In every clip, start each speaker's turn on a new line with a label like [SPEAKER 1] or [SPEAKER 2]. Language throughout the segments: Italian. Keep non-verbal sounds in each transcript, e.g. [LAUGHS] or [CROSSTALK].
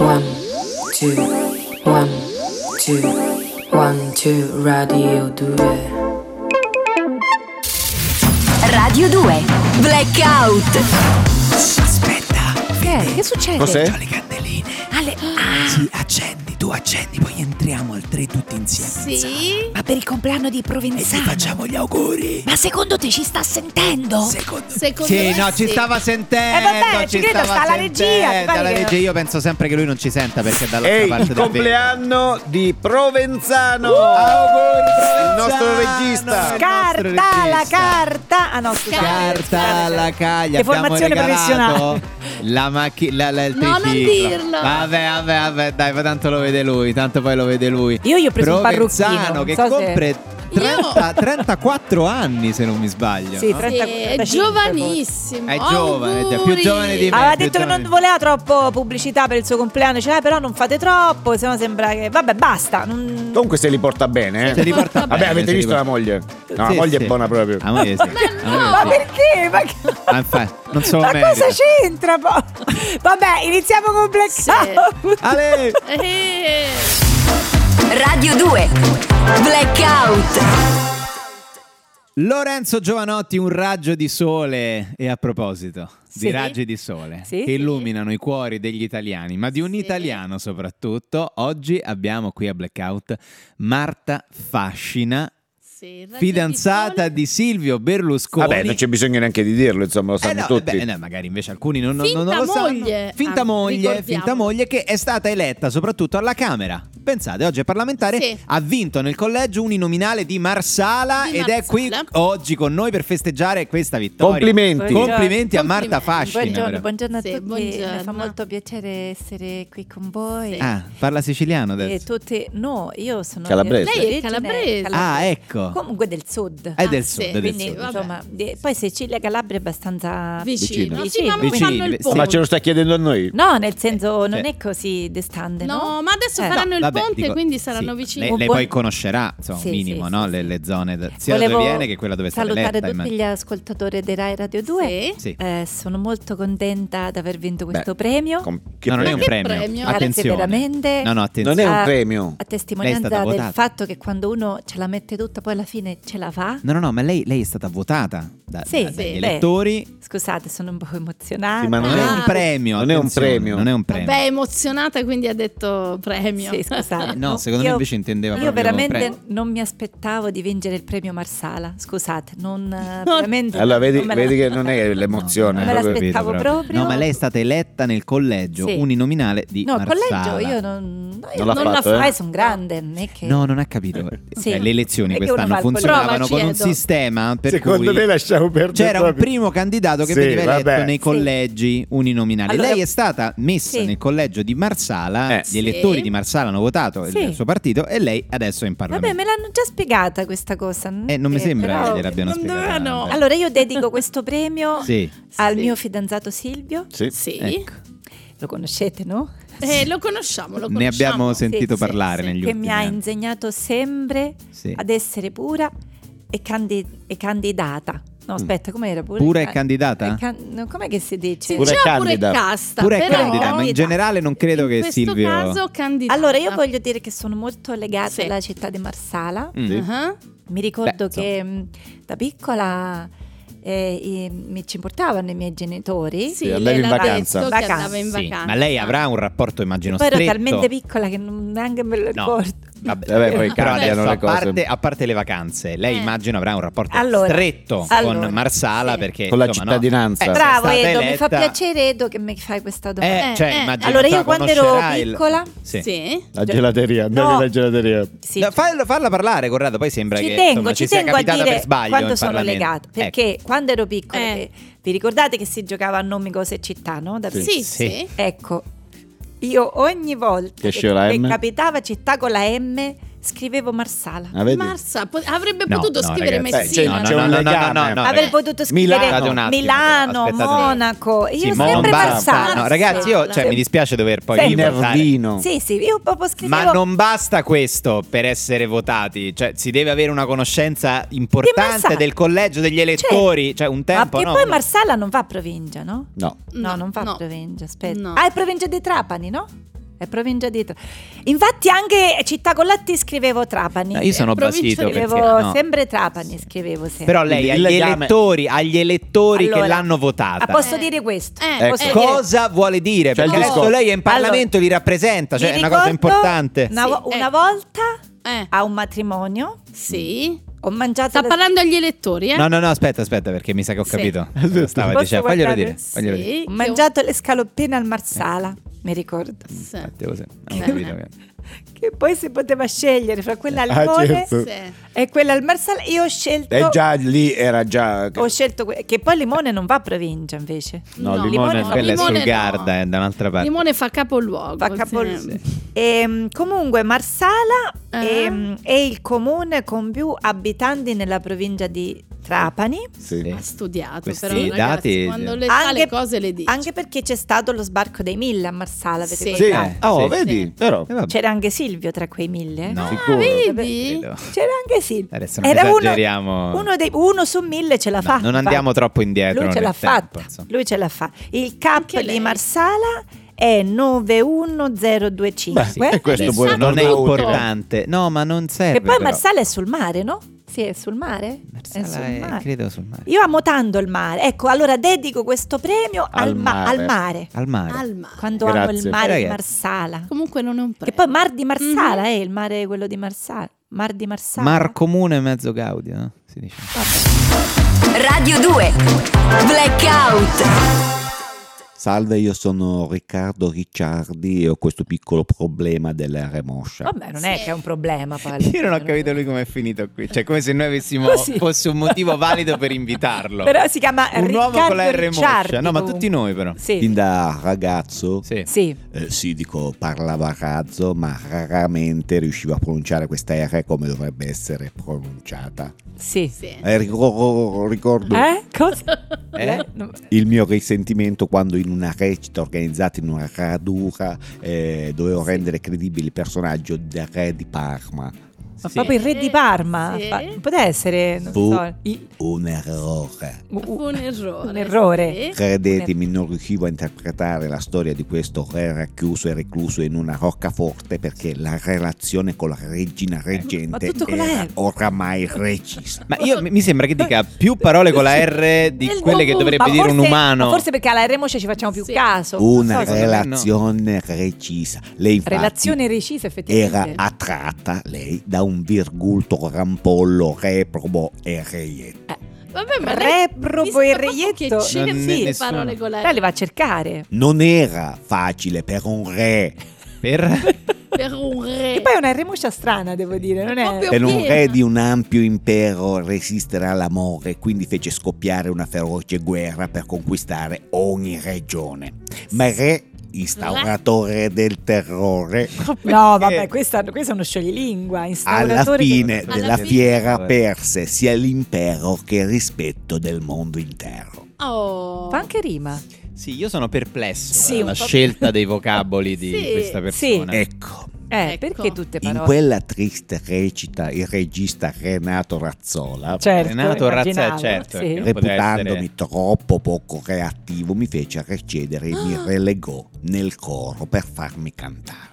[SPEAKER 1] One, two, one, two, one, two, Radio 2.
[SPEAKER 2] Radio 2 Blackout
[SPEAKER 3] Aspetta,
[SPEAKER 4] Che è? Che succede?
[SPEAKER 5] Eh?
[SPEAKER 3] ho le candeline.
[SPEAKER 4] Ale- ah,
[SPEAKER 3] Sì, accendi, tu accendi, poi entriamo al 3 tutti insieme.
[SPEAKER 4] sì? Ma per il compleanno di
[SPEAKER 5] Eh,
[SPEAKER 3] E ti
[SPEAKER 4] Provenzano.
[SPEAKER 3] facciamo gli auguri.
[SPEAKER 4] Ma secondo te ci sta sentendo?
[SPEAKER 3] Secondo
[SPEAKER 6] Secondo
[SPEAKER 5] Sì,
[SPEAKER 6] me
[SPEAKER 5] no, ci
[SPEAKER 6] sì.
[SPEAKER 5] stava sentendo.
[SPEAKER 4] Eh, vabbè, ci credo,
[SPEAKER 5] stava
[SPEAKER 4] sta la regia, ti
[SPEAKER 5] sentendo,
[SPEAKER 4] pare
[SPEAKER 5] la
[SPEAKER 4] che-
[SPEAKER 5] regia. Io penso sempre che lui non ci senta perché è dall'altra
[SPEAKER 7] Ehi,
[SPEAKER 5] parte
[SPEAKER 7] il
[SPEAKER 5] del vetro. Uh,
[SPEAKER 7] compleanno di Provenzano! Il nostro regista!
[SPEAKER 5] Il
[SPEAKER 4] Carta
[SPEAKER 5] nostro
[SPEAKER 4] la
[SPEAKER 5] regista.
[SPEAKER 4] carta. Ah no, scusa.
[SPEAKER 5] Carta alla caglia.
[SPEAKER 4] Deformazione professionale.
[SPEAKER 5] La macchina. La, il
[SPEAKER 6] No, non
[SPEAKER 5] triciclo.
[SPEAKER 6] dirlo.
[SPEAKER 5] Vabbè, vabbè, vabbè, dai, ma tanto lo vede lui. Tanto poi lo vede lui.
[SPEAKER 4] Io gli ho preso un
[SPEAKER 5] Provenzano,
[SPEAKER 4] parrucchino, non
[SPEAKER 5] che
[SPEAKER 4] so se-
[SPEAKER 5] compre 30 34 anni, se non mi sbaglio.
[SPEAKER 4] Sì,
[SPEAKER 5] no?
[SPEAKER 4] 30,
[SPEAKER 6] Sì, è
[SPEAKER 4] 35,
[SPEAKER 6] giovanissimo.
[SPEAKER 5] È giovane,
[SPEAKER 6] auguri.
[SPEAKER 5] è più giovane di me.
[SPEAKER 4] Aveva
[SPEAKER 5] più
[SPEAKER 4] detto che non
[SPEAKER 5] giovane.
[SPEAKER 4] voleva troppo pubblicità per il suo compleanno, dice "Eh, però non fate troppo, sennò sembra che vabbè, basta, non-
[SPEAKER 7] Comunque se li porta bene, eh?
[SPEAKER 5] Se li porta
[SPEAKER 7] Vabbè,
[SPEAKER 5] bene,
[SPEAKER 7] avete
[SPEAKER 5] se li
[SPEAKER 7] visto
[SPEAKER 5] porta-
[SPEAKER 7] la moglie? No, la
[SPEAKER 5] Sì,
[SPEAKER 7] moglie
[SPEAKER 5] sì.
[SPEAKER 7] è buona proprio.
[SPEAKER 5] La moglie sì.
[SPEAKER 8] Ah,
[SPEAKER 5] La moglie
[SPEAKER 4] Ma
[SPEAKER 5] sì.
[SPEAKER 4] perché? Ma, che-
[SPEAKER 5] Ah, infatti, non sono
[SPEAKER 4] Ma
[SPEAKER 5] merita.
[SPEAKER 4] cosa c'entra? po- [LAUGHS] Vabbè, iniziamo con Blackout.
[SPEAKER 8] Ah,
[SPEAKER 5] Ale!
[SPEAKER 6] Eh,
[SPEAKER 2] Radio 2 Blackout
[SPEAKER 5] Lorenzo Giovanotti, un raggio di sole. E a proposito
[SPEAKER 4] Sì.
[SPEAKER 5] di raggi di sole
[SPEAKER 4] Sì.
[SPEAKER 5] che illuminano i cuori degli italiani, ma di un italiano soprattutto, oggi abbiamo qui a Blackout Marta Fascina,
[SPEAKER 6] sì, il raggio
[SPEAKER 5] fidanzata
[SPEAKER 6] sole.
[SPEAKER 5] di Silvio Berlusconi.
[SPEAKER 7] Vabbè, non c'è bisogno neanche di dirlo, insomma, lo
[SPEAKER 5] Eh
[SPEAKER 7] sanno
[SPEAKER 5] no,
[SPEAKER 7] tutti.
[SPEAKER 5] beh, no, magari invece alcuni non, non-
[SPEAKER 6] Finta
[SPEAKER 5] non lo
[SPEAKER 6] moglie.
[SPEAKER 5] sanno. Finta
[SPEAKER 6] Ah,
[SPEAKER 5] moglie,
[SPEAKER 6] ricordiamo.
[SPEAKER 5] finta moglie che è stata eletta soprattutto alla Camera. Pensate, oggi è parlamentare,
[SPEAKER 6] Sì.
[SPEAKER 5] ha vinto nel collegio uninominale di Marsala
[SPEAKER 6] Di
[SPEAKER 5] ed è qui
[SPEAKER 6] Marsala.
[SPEAKER 5] oggi con noi per festeggiare questa vittoria.
[SPEAKER 7] Complimenti!
[SPEAKER 4] Buongiorno.
[SPEAKER 5] Complimenti a Marta Fascina.
[SPEAKER 8] Buongiorno,
[SPEAKER 5] però.
[SPEAKER 8] buongiorno a
[SPEAKER 6] Sì,
[SPEAKER 8] tutti, mi
[SPEAKER 6] buongiorno.
[SPEAKER 8] fa molto piacere essere qui con voi.
[SPEAKER 6] Sì.
[SPEAKER 5] Ah, parla siciliano
[SPEAKER 8] E
[SPEAKER 5] adesso.
[SPEAKER 8] tutti, no, io sono
[SPEAKER 7] Calabrese.
[SPEAKER 6] Lei è
[SPEAKER 8] origine
[SPEAKER 6] calabrese.
[SPEAKER 5] Ah, ecco.
[SPEAKER 8] Comunque del sud.
[SPEAKER 5] È
[SPEAKER 6] Ah,
[SPEAKER 5] del
[SPEAKER 6] sì,
[SPEAKER 5] sud, è del
[SPEAKER 8] Quindi,
[SPEAKER 6] sì,
[SPEAKER 5] sud.
[SPEAKER 6] vabbè.
[SPEAKER 8] insomma, di- poi Sicilia e Calabria è abbastanza
[SPEAKER 6] Vicino.
[SPEAKER 7] Vicino.
[SPEAKER 6] Sì, ma
[SPEAKER 5] Vicino,
[SPEAKER 6] fanno il
[SPEAKER 5] sì.
[SPEAKER 6] ponte.
[SPEAKER 7] Ma ce lo sta chiedendo a noi?
[SPEAKER 8] No, nel senso non
[SPEAKER 5] Sì.
[SPEAKER 8] è così distante, no?
[SPEAKER 6] Eh, No, ma adesso
[SPEAKER 8] Eh,
[SPEAKER 6] faranno il
[SPEAKER 5] Vabbè,
[SPEAKER 6] ponte,
[SPEAKER 5] dico-
[SPEAKER 6] quindi
[SPEAKER 5] sì,
[SPEAKER 6] saranno
[SPEAKER 5] lei-
[SPEAKER 6] vicini.
[SPEAKER 5] Lei,
[SPEAKER 8] Un
[SPEAKER 5] poi
[SPEAKER 8] buon-
[SPEAKER 5] conoscerà, insomma,
[SPEAKER 8] Sì,
[SPEAKER 5] un minimo,
[SPEAKER 8] sì,
[SPEAKER 5] no?
[SPEAKER 8] sì,
[SPEAKER 5] le,
[SPEAKER 8] sì.
[SPEAKER 5] le zone, da- sia
[SPEAKER 8] Volevo
[SPEAKER 5] dove viene che quella dove sta
[SPEAKER 8] salutare
[SPEAKER 5] eletta.
[SPEAKER 8] tutti
[SPEAKER 5] immagino.
[SPEAKER 8] gli ascoltatori di Rai Radio 2.
[SPEAKER 6] Sì.
[SPEAKER 5] Sì.
[SPEAKER 8] Eh, sono molto contenta di aver vinto questo
[SPEAKER 7] Beh,
[SPEAKER 8] premio.
[SPEAKER 7] Com- che
[SPEAKER 5] No, non è
[SPEAKER 7] premio?
[SPEAKER 5] un
[SPEAKER 6] che
[SPEAKER 5] premio.
[SPEAKER 6] premio?
[SPEAKER 8] Grazie
[SPEAKER 5] Attenzione.
[SPEAKER 8] veramente.
[SPEAKER 5] No, no,
[SPEAKER 7] Non
[SPEAKER 5] attenzione.
[SPEAKER 7] è un
[SPEAKER 8] Ah,
[SPEAKER 7] premio.
[SPEAKER 8] A
[SPEAKER 5] Lei è
[SPEAKER 8] testimonianza
[SPEAKER 5] stata
[SPEAKER 8] del
[SPEAKER 5] votata.
[SPEAKER 8] fatto che quando uno ce la mette tutta, poi alla fine ce la fa.
[SPEAKER 5] No, no, no, ma lei, lei è stata votata da,
[SPEAKER 8] Sì,
[SPEAKER 5] da- dagli
[SPEAKER 8] sì, beh.
[SPEAKER 5] elettori.
[SPEAKER 8] Scusate, sono un po' emozionata.
[SPEAKER 7] Sì, ma non
[SPEAKER 5] Non è un
[SPEAKER 6] Ah.
[SPEAKER 5] premio.
[SPEAKER 7] Non è un
[SPEAKER 5] attenzione,
[SPEAKER 7] premio.
[SPEAKER 5] Non è un premio.
[SPEAKER 6] Vabbè, è emozionata, quindi ha detto premio.
[SPEAKER 8] Sì, scusate.
[SPEAKER 5] No, secondo me invece intendeva
[SPEAKER 8] Io
[SPEAKER 5] proprio
[SPEAKER 8] veramente
[SPEAKER 5] premio.
[SPEAKER 8] non mi aspettavo di vincere il premio Marsala. Scusate, non eh, veramente.
[SPEAKER 7] Allora, vedi,
[SPEAKER 8] non me la-
[SPEAKER 7] vedi che non è l'emozione.
[SPEAKER 8] No, me la
[SPEAKER 7] proprio.
[SPEAKER 8] aspettavo proprio.
[SPEAKER 5] No, ma lei è stata eletta nel collegio
[SPEAKER 8] Sì.
[SPEAKER 5] uninominale di
[SPEAKER 8] No, il
[SPEAKER 5] Marsala.
[SPEAKER 8] collegio io non. no, io
[SPEAKER 7] Non l'ha fatto, eh?
[SPEAKER 8] eh, sono grande, non è che. Eh,
[SPEAKER 5] No, non ha capito.
[SPEAKER 8] Sì.
[SPEAKER 5] Cioè, le elezioni
[SPEAKER 8] È che
[SPEAKER 5] quest'anno
[SPEAKER 8] uno fa il collegio.
[SPEAKER 5] funzionavano
[SPEAKER 6] Provaci,
[SPEAKER 5] con un
[SPEAKER 6] Edo.
[SPEAKER 5] sistema per
[SPEAKER 7] Secondo
[SPEAKER 5] cui
[SPEAKER 7] me lasciamo perdere
[SPEAKER 5] c'era un
[SPEAKER 7] proprio.
[SPEAKER 5] primo candidato che
[SPEAKER 7] Sì,
[SPEAKER 5] veniva eletto
[SPEAKER 7] vabbè.
[SPEAKER 5] nei collegi uninominali.
[SPEAKER 8] Allora-
[SPEAKER 5] Lei è stata messa
[SPEAKER 8] Sì.
[SPEAKER 5] nel collegio di Marsala,
[SPEAKER 7] Eh.
[SPEAKER 5] gli elettori di Marsala hanno votato il
[SPEAKER 8] Sì.
[SPEAKER 5] suo partito e lei adesso è in Parlamento.
[SPEAKER 8] Vabbè, me l'hanno già spiegata questa cosa.
[SPEAKER 5] Eh, non mi
[SPEAKER 8] è che-
[SPEAKER 5] sembra
[SPEAKER 8] però-
[SPEAKER 5] che gliel'abbiano
[SPEAKER 6] non
[SPEAKER 5] spiegato.
[SPEAKER 6] dovevano-
[SPEAKER 5] tanto.
[SPEAKER 8] Allora, io dedico questo [LAUGHS] premio
[SPEAKER 5] [LAUGHS] Sì.
[SPEAKER 8] al
[SPEAKER 6] Sì.
[SPEAKER 8] mio fidanzato Silvio.
[SPEAKER 7] Sì.
[SPEAKER 6] [LAUGHS] Sì.
[SPEAKER 5] Ecco.
[SPEAKER 8] Lo conoscete, no?
[SPEAKER 6] Eh, lo conosciamo, lo conosciamo.
[SPEAKER 5] Ne abbiamo sentito
[SPEAKER 8] sì,
[SPEAKER 5] parlare
[SPEAKER 6] sì.
[SPEAKER 5] negli
[SPEAKER 8] che
[SPEAKER 5] ultimi
[SPEAKER 8] mi ha
[SPEAKER 5] anni.
[SPEAKER 8] insegnato sempre
[SPEAKER 5] Sì.
[SPEAKER 8] ad essere pura e, candi- e candidata. No, aspetta, com'era? Pura,
[SPEAKER 5] Mm. Pura e
[SPEAKER 8] ca-
[SPEAKER 5] candidata?
[SPEAKER 8] e can- no, com'è che si dice?
[SPEAKER 6] Sì,
[SPEAKER 7] Pure
[SPEAKER 6] diceva pure
[SPEAKER 7] candida.
[SPEAKER 6] casta,
[SPEAKER 5] Pure
[SPEAKER 6] però
[SPEAKER 5] candida, ma in generale non credo
[SPEAKER 6] in
[SPEAKER 5] che
[SPEAKER 6] questo
[SPEAKER 5] Silvio
[SPEAKER 6] caso candidata.
[SPEAKER 8] Allora, io voglio dire che sono molto legata
[SPEAKER 6] Sì.
[SPEAKER 8] alla città di Marsala.
[SPEAKER 5] Mm.
[SPEAKER 6] Ah,
[SPEAKER 8] Mi ricordo
[SPEAKER 5] Beh,
[SPEAKER 8] che mh, da piccola eh, i- mi ci portavano i miei genitori.
[SPEAKER 6] Sì,
[SPEAKER 7] Sì,
[SPEAKER 6] lei
[SPEAKER 7] andavi in
[SPEAKER 6] l'ha
[SPEAKER 7] vacanza.
[SPEAKER 6] detto che
[SPEAKER 8] Vacanza.
[SPEAKER 6] andava in
[SPEAKER 5] Sì,
[SPEAKER 6] vacanza.
[SPEAKER 5] ma lei avrà un rapporto immagino
[SPEAKER 8] Poi ero
[SPEAKER 5] stretto.
[SPEAKER 8] talmente piccola che non neanche me lo
[SPEAKER 5] No,
[SPEAKER 8] ricordo.
[SPEAKER 5] vabbè,
[SPEAKER 7] Vabbè, poi
[SPEAKER 5] però
[SPEAKER 7] cambiano
[SPEAKER 5] adesso,
[SPEAKER 7] le
[SPEAKER 5] a
[SPEAKER 7] cose.
[SPEAKER 5] parte, a parte le vacanze, lei
[SPEAKER 6] Eh.
[SPEAKER 5] immagino avrà un rapporto
[SPEAKER 8] Allora,
[SPEAKER 5] stretto
[SPEAKER 8] allora,
[SPEAKER 5] con Marsala
[SPEAKER 8] sì.
[SPEAKER 5] perché
[SPEAKER 7] Con la
[SPEAKER 5] insomma, no,
[SPEAKER 7] cittadinanza.
[SPEAKER 5] eh,
[SPEAKER 8] Bravo
[SPEAKER 5] sei
[SPEAKER 8] Edo,
[SPEAKER 5] stata
[SPEAKER 8] mi fa
[SPEAKER 5] eletta-
[SPEAKER 8] piacere Edo che mi fai questa domanda.
[SPEAKER 5] Eh,
[SPEAKER 6] Eh,
[SPEAKER 5] cioè,
[SPEAKER 6] eh,
[SPEAKER 5] immagino
[SPEAKER 8] Allora,
[SPEAKER 5] tu
[SPEAKER 8] io quando ero
[SPEAKER 5] conoscerai il-
[SPEAKER 8] piccola-
[SPEAKER 5] Sì.
[SPEAKER 6] Sì.
[SPEAKER 7] La gelateria, andavi
[SPEAKER 8] No.
[SPEAKER 7] alla gelateria.
[SPEAKER 8] Sì.
[SPEAKER 5] No, fallo- farla parlare, Corrado, poi sembra
[SPEAKER 8] ci
[SPEAKER 5] che
[SPEAKER 8] tengo,
[SPEAKER 5] insomma,
[SPEAKER 8] ci
[SPEAKER 5] sia
[SPEAKER 8] tengo a
[SPEAKER 5] capitata
[SPEAKER 8] dire
[SPEAKER 5] per sbaglio
[SPEAKER 8] quando
[SPEAKER 5] in
[SPEAKER 8] sono
[SPEAKER 5] Parlamento.
[SPEAKER 8] legata.
[SPEAKER 5] Ecco.
[SPEAKER 8] Perché quando ero piccola,
[SPEAKER 6] Eh.
[SPEAKER 8] che- vi ricordate che si giocava a nomi, cose e città, no? Da
[SPEAKER 6] Sì, sì.
[SPEAKER 8] piccoli?
[SPEAKER 5] Sì.
[SPEAKER 8] Ecco, io ogni volta
[SPEAKER 7] Che
[SPEAKER 8] che,
[SPEAKER 7] usciva la
[SPEAKER 8] che
[SPEAKER 7] M?
[SPEAKER 8] capitava città con la M, scrivevo Marsala.
[SPEAKER 7] Ah, vedi?
[SPEAKER 6] Marsa po- avrebbe
[SPEAKER 5] No,
[SPEAKER 6] potuto
[SPEAKER 5] no,
[SPEAKER 6] scrivere cioè,
[SPEAKER 5] ragazzi,
[SPEAKER 7] Eh,
[SPEAKER 6] Messina.
[SPEAKER 7] c'è- c'è un legame.
[SPEAKER 8] Avrei
[SPEAKER 5] ragazzi.
[SPEAKER 8] potuto scrivere
[SPEAKER 5] Aspettate un
[SPEAKER 8] Milano,
[SPEAKER 5] attimo, aspettate un-
[SPEAKER 8] Monaco. Io
[SPEAKER 5] Sì, ma non
[SPEAKER 8] sempre
[SPEAKER 5] basta.
[SPEAKER 8] Marsala.
[SPEAKER 5] No, ragazzi, io cioè, mi dispiace dover poi
[SPEAKER 8] Sì.
[SPEAKER 5] riportare-
[SPEAKER 7] Nervino.
[SPEAKER 8] Sì, sì, io proprio scrivevo
[SPEAKER 5] Ma non basta questo per essere votati, cioè si deve avere una conoscenza importante
[SPEAKER 8] Marsala.
[SPEAKER 5] del collegio degli elettori, cioè un tempo
[SPEAKER 8] Ma che
[SPEAKER 5] no.
[SPEAKER 8] poi Marsala non va a provincia, no?
[SPEAKER 7] No.
[SPEAKER 8] No, non va
[SPEAKER 6] no.
[SPEAKER 8] a provincia, aspetta.
[SPEAKER 6] No.
[SPEAKER 8] Ah, è provincia di Trapani, no? è provincia di Trapani. Infatti anche città con la T scrivevo Trapani. Eh,
[SPEAKER 5] No, Eh, io sono
[SPEAKER 6] Provincia di-
[SPEAKER 5] basito perché
[SPEAKER 8] scrivevo
[SPEAKER 5] no.
[SPEAKER 8] sempre Trapani, scrivevo sempre.
[SPEAKER 5] Però lei
[SPEAKER 9] Il
[SPEAKER 5] agli
[SPEAKER 9] legame-
[SPEAKER 5] elettori, agli elettori
[SPEAKER 8] Allora,
[SPEAKER 5] che l'hanno votata.
[SPEAKER 8] Ah, posso
[SPEAKER 6] Eh.
[SPEAKER 8] dire questo?
[SPEAKER 6] Eh,
[SPEAKER 8] Posso
[SPEAKER 6] eh,
[SPEAKER 8] dire-
[SPEAKER 5] cosa vuole dire?
[SPEAKER 9] Cioè, il
[SPEAKER 5] perché
[SPEAKER 9] discorso-
[SPEAKER 5] adesso lei è in
[SPEAKER 8] Allora,
[SPEAKER 5] Parlamento, li rappresenta, cioè
[SPEAKER 8] Mi
[SPEAKER 5] è una cosa
[SPEAKER 8] ricordo
[SPEAKER 5] importante.
[SPEAKER 8] Una, vo-
[SPEAKER 6] Sì, eh.
[SPEAKER 8] una volta
[SPEAKER 6] Eh,
[SPEAKER 8] a un matrimonio
[SPEAKER 6] sì.
[SPEAKER 8] ho mangiato...
[SPEAKER 6] Sta
[SPEAKER 8] le-
[SPEAKER 6] parlando agli elettori, eh?
[SPEAKER 5] No, no, no, aspetta, aspetta, perché mi sa che ho
[SPEAKER 6] Sì.
[SPEAKER 5] capito.
[SPEAKER 9] Aspetta.
[SPEAKER 5] Stava
[SPEAKER 8] Posso
[SPEAKER 5] dicendo, faglielo
[SPEAKER 8] guardare?
[SPEAKER 5] dire.
[SPEAKER 6] Sì,
[SPEAKER 5] Faglielo dire.
[SPEAKER 6] che-
[SPEAKER 8] Ho mangiato le scaloppine al Marsala,
[SPEAKER 6] Eh.
[SPEAKER 8] mi ricordo.
[SPEAKER 6] Sì.
[SPEAKER 5] Infatti, così, non ho capito che-
[SPEAKER 8] Che poi si poteva scegliere fra quella al
[SPEAKER 9] Ah,
[SPEAKER 8] limone
[SPEAKER 9] certo.
[SPEAKER 6] Sì.
[SPEAKER 8] e quella al Marsala. Io ho scelto...
[SPEAKER 5] Eh,
[SPEAKER 9] E già lì era già...
[SPEAKER 8] Ho scelto que- che poi il limone non va a provincia invece.
[SPEAKER 5] No,
[SPEAKER 6] No,
[SPEAKER 5] limone,
[SPEAKER 8] limone no.
[SPEAKER 5] quella è sul
[SPEAKER 6] Limone no.
[SPEAKER 5] Garda, eh, è da un'tra parte.
[SPEAKER 6] Limone fa capoluogo.
[SPEAKER 8] Va a
[SPEAKER 6] sì.
[SPEAKER 8] Capol- Ehm, comunque Marsala
[SPEAKER 6] Ah.
[SPEAKER 8] ehm, è il comune con più abitanti nella provincia di Trapani.
[SPEAKER 9] Sì.
[SPEAKER 6] Ha studiato,
[SPEAKER 5] Questi
[SPEAKER 6] però ragazzi,
[SPEAKER 5] dati-
[SPEAKER 6] quando le sa le cose le dice.
[SPEAKER 8] anche perché c'è stato lo sbarco dei mille a Marsala. avete
[SPEAKER 6] Sì.
[SPEAKER 9] Sì.
[SPEAKER 8] guardato?
[SPEAKER 9] Oh,
[SPEAKER 5] Sì.
[SPEAKER 9] vedi? Però...
[SPEAKER 5] Eh, vabbè.
[SPEAKER 8] C'era anche Silvio tra quei mille. eh?
[SPEAKER 5] No,
[SPEAKER 6] Ah,
[SPEAKER 9] Sicuro.
[SPEAKER 6] vedi?
[SPEAKER 5] credo.
[SPEAKER 8] C'era anche Silvio.
[SPEAKER 5] Adesso non esageriamo.
[SPEAKER 8] Uno, uno dei- uno su mille ce l'ha
[SPEAKER 5] No,
[SPEAKER 8] fatta.
[SPEAKER 5] non andiamo troppo indietro
[SPEAKER 8] Lui ce
[SPEAKER 5] nel
[SPEAKER 8] l'ha
[SPEAKER 5] tempo,
[SPEAKER 8] fatta.
[SPEAKER 5] insomma.
[SPEAKER 8] Lui ce l'ha fatta. Il
[SPEAKER 6] Anche
[SPEAKER 8] cap
[SPEAKER 6] lei.
[SPEAKER 8] di Marsala è 91025.
[SPEAKER 9] Beh, sì, e questo
[SPEAKER 5] Adesso
[SPEAKER 9] pure
[SPEAKER 5] non è
[SPEAKER 9] tutto.
[SPEAKER 5] importante. No, ma non serve.
[SPEAKER 8] Che poi
[SPEAKER 5] però.
[SPEAKER 8] Marsala è sul mare, no? Sì, è sul mare.
[SPEAKER 5] Marsala
[SPEAKER 8] sul
[SPEAKER 5] è-
[SPEAKER 8] mare.
[SPEAKER 5] credo sul mare.
[SPEAKER 8] Io amo tanto il mare. Ecco, allora dedico questo premio al,
[SPEAKER 9] Al
[SPEAKER 8] ma-
[SPEAKER 9] mare.
[SPEAKER 8] al mare.
[SPEAKER 5] Al mare.
[SPEAKER 6] Alma.
[SPEAKER 8] Quando amo
[SPEAKER 9] Grazie.
[SPEAKER 8] il mare di
[SPEAKER 5] Ragazzi.
[SPEAKER 8] Marsala.
[SPEAKER 6] Comunque non è un
[SPEAKER 8] Che
[SPEAKER 6] premio.
[SPEAKER 8] poi Mar di Marsala
[SPEAKER 6] Mhm.
[SPEAKER 8] è il mare quello di Marsala. Mar di Marsala.
[SPEAKER 5] Mar comune mezzo gaudio, no? Si dice.
[SPEAKER 2] Radio 2 Blackout
[SPEAKER 7] Salve, io sono Riccardo Ricciardi e ho questo piccolo problema della remoscia.
[SPEAKER 8] Vabbè, non è che è un
[SPEAKER 5] [LAUGHS]
[SPEAKER 8] problema. poi.
[SPEAKER 5] Io non ho capito lui come è finito qui. Cioè, come se noi
[SPEAKER 8] [LAUGHS]
[SPEAKER 5] avessimo [LAUGHS]
[SPEAKER 8] Così.
[SPEAKER 5] fosse un motivo valido per invitarlo.
[SPEAKER 8] [LAUGHS] Però si chiama
[SPEAKER 5] un uomo con la
[SPEAKER 8] Riccardo
[SPEAKER 5] R
[SPEAKER 8] Ricciardi,
[SPEAKER 5] moscia. No, ma
[SPEAKER 8] comunque.
[SPEAKER 5] tutti noi, però.
[SPEAKER 8] Sì.
[SPEAKER 7] Fin da ragazzo,
[SPEAKER 5] Sì.
[SPEAKER 8] Sì.
[SPEAKER 7] eh, sì, dico parlava razzo, ma raramente riuscivo a pronunciare questa R come dovrebbe essere pronunciata.
[SPEAKER 8] Sì.
[SPEAKER 6] Sì.
[SPEAKER 7] Eh, ricor- ricordo
[SPEAKER 8] Eh? Cosa?
[SPEAKER 5] [LAUGHS] Eh?
[SPEAKER 8] No.
[SPEAKER 7] il mio risentimento quando in una recita organizzata in una radura eh, dovevo rendere credibile il personaggio del re di Parma.
[SPEAKER 8] Ma
[SPEAKER 5] Sì. Boh.
[SPEAKER 8] proprio il re di Parma.
[SPEAKER 6] Eh, Sì.
[SPEAKER 8] Fa- Poteva essere, non
[SPEAKER 7] Fu
[SPEAKER 8] so, il-
[SPEAKER 7] un errore.
[SPEAKER 8] u-
[SPEAKER 6] Fu
[SPEAKER 8] u-
[SPEAKER 6] un errore.
[SPEAKER 8] un errore.
[SPEAKER 6] sì.
[SPEAKER 7] Credetemi, non riuscivo a interpretare la storia di questo re racchiuso e recluso in una roccaforte perché la relazione con la regina reggente
[SPEAKER 8] tutto con la
[SPEAKER 7] era
[SPEAKER 8] R.
[SPEAKER 7] oramai recisa.
[SPEAKER 5] Ma io mi sembra che dica più parole con la R di
[SPEAKER 8] Nel
[SPEAKER 5] quelle che
[SPEAKER 8] mondo-
[SPEAKER 5] dovrebbe
[SPEAKER 8] ma
[SPEAKER 5] dire un
[SPEAKER 8] forse-
[SPEAKER 5] umano.
[SPEAKER 8] ma Forse perché alla Remoce ci facciamo più
[SPEAKER 6] Sì.
[SPEAKER 8] caso.
[SPEAKER 7] Una
[SPEAKER 8] Non so se-
[SPEAKER 5] rela-
[SPEAKER 7] relazione recisa. Lei infatti
[SPEAKER 8] relazione recisa,
[SPEAKER 7] era
[SPEAKER 8] effettivamente.
[SPEAKER 7] attratta, lei, da un virgulto rampollo reprobo e reietto.
[SPEAKER 6] Vabbè, ma
[SPEAKER 8] Re,
[SPEAKER 6] lei-
[SPEAKER 8] propo
[SPEAKER 6] mi
[SPEAKER 8] e
[SPEAKER 6] sembra proprio
[SPEAKER 8] reietto.
[SPEAKER 6] Che cerchi
[SPEAKER 5] Non-
[SPEAKER 6] le
[SPEAKER 5] nessuno.
[SPEAKER 6] parole con la
[SPEAKER 8] Lei le va a cercare.
[SPEAKER 7] Non era facile per un re,
[SPEAKER 8] [LAUGHS]
[SPEAKER 5] Per...
[SPEAKER 6] per un re.
[SPEAKER 8] Che poi è una remoscia strana, devo dire, non è?
[SPEAKER 6] Proprio-
[SPEAKER 5] Eh,
[SPEAKER 7] per un
[SPEAKER 6] piena.
[SPEAKER 7] re di un ampio impero resistere all'amore, quindi fece scoppiare una feroce guerra per conquistare ogni regione. Ma il re, instauratore del terrore,
[SPEAKER 8] No,
[SPEAKER 5] eh.
[SPEAKER 8] vabbè, questa, questo è uno scioglilingua,
[SPEAKER 7] alla
[SPEAKER 8] instauratore.
[SPEAKER 7] fine
[SPEAKER 6] Alla
[SPEAKER 7] della
[SPEAKER 6] fine.
[SPEAKER 7] fiera perse sia l'impero che il rispetto del mondo intero.
[SPEAKER 6] Oh.
[SPEAKER 8] Fa anche rima.
[SPEAKER 5] Sì, io sono perplesso
[SPEAKER 8] Sì,
[SPEAKER 5] dalla
[SPEAKER 8] un po'.
[SPEAKER 5] scelta
[SPEAKER 8] [LAUGHS]
[SPEAKER 5] dei vocaboli di
[SPEAKER 6] Sì,
[SPEAKER 5] questa
[SPEAKER 8] sì.
[SPEAKER 5] persona.
[SPEAKER 7] Ecco,
[SPEAKER 8] Eh,
[SPEAKER 6] Ecco.
[SPEAKER 8] perché tutte
[SPEAKER 7] in
[SPEAKER 8] parole?
[SPEAKER 7] quella triste recita il regista Renato Razzola
[SPEAKER 6] Cioè,
[SPEAKER 8] Certo,
[SPEAKER 5] Renato Razza,
[SPEAKER 8] immaginavo,
[SPEAKER 5] certo,
[SPEAKER 8] sì.
[SPEAKER 5] perché- poteva
[SPEAKER 7] reputandomi
[SPEAKER 5] essere-
[SPEAKER 7] troppo poco reattivo, mi fece recedere e mi relegò nel coro per farmi cantare.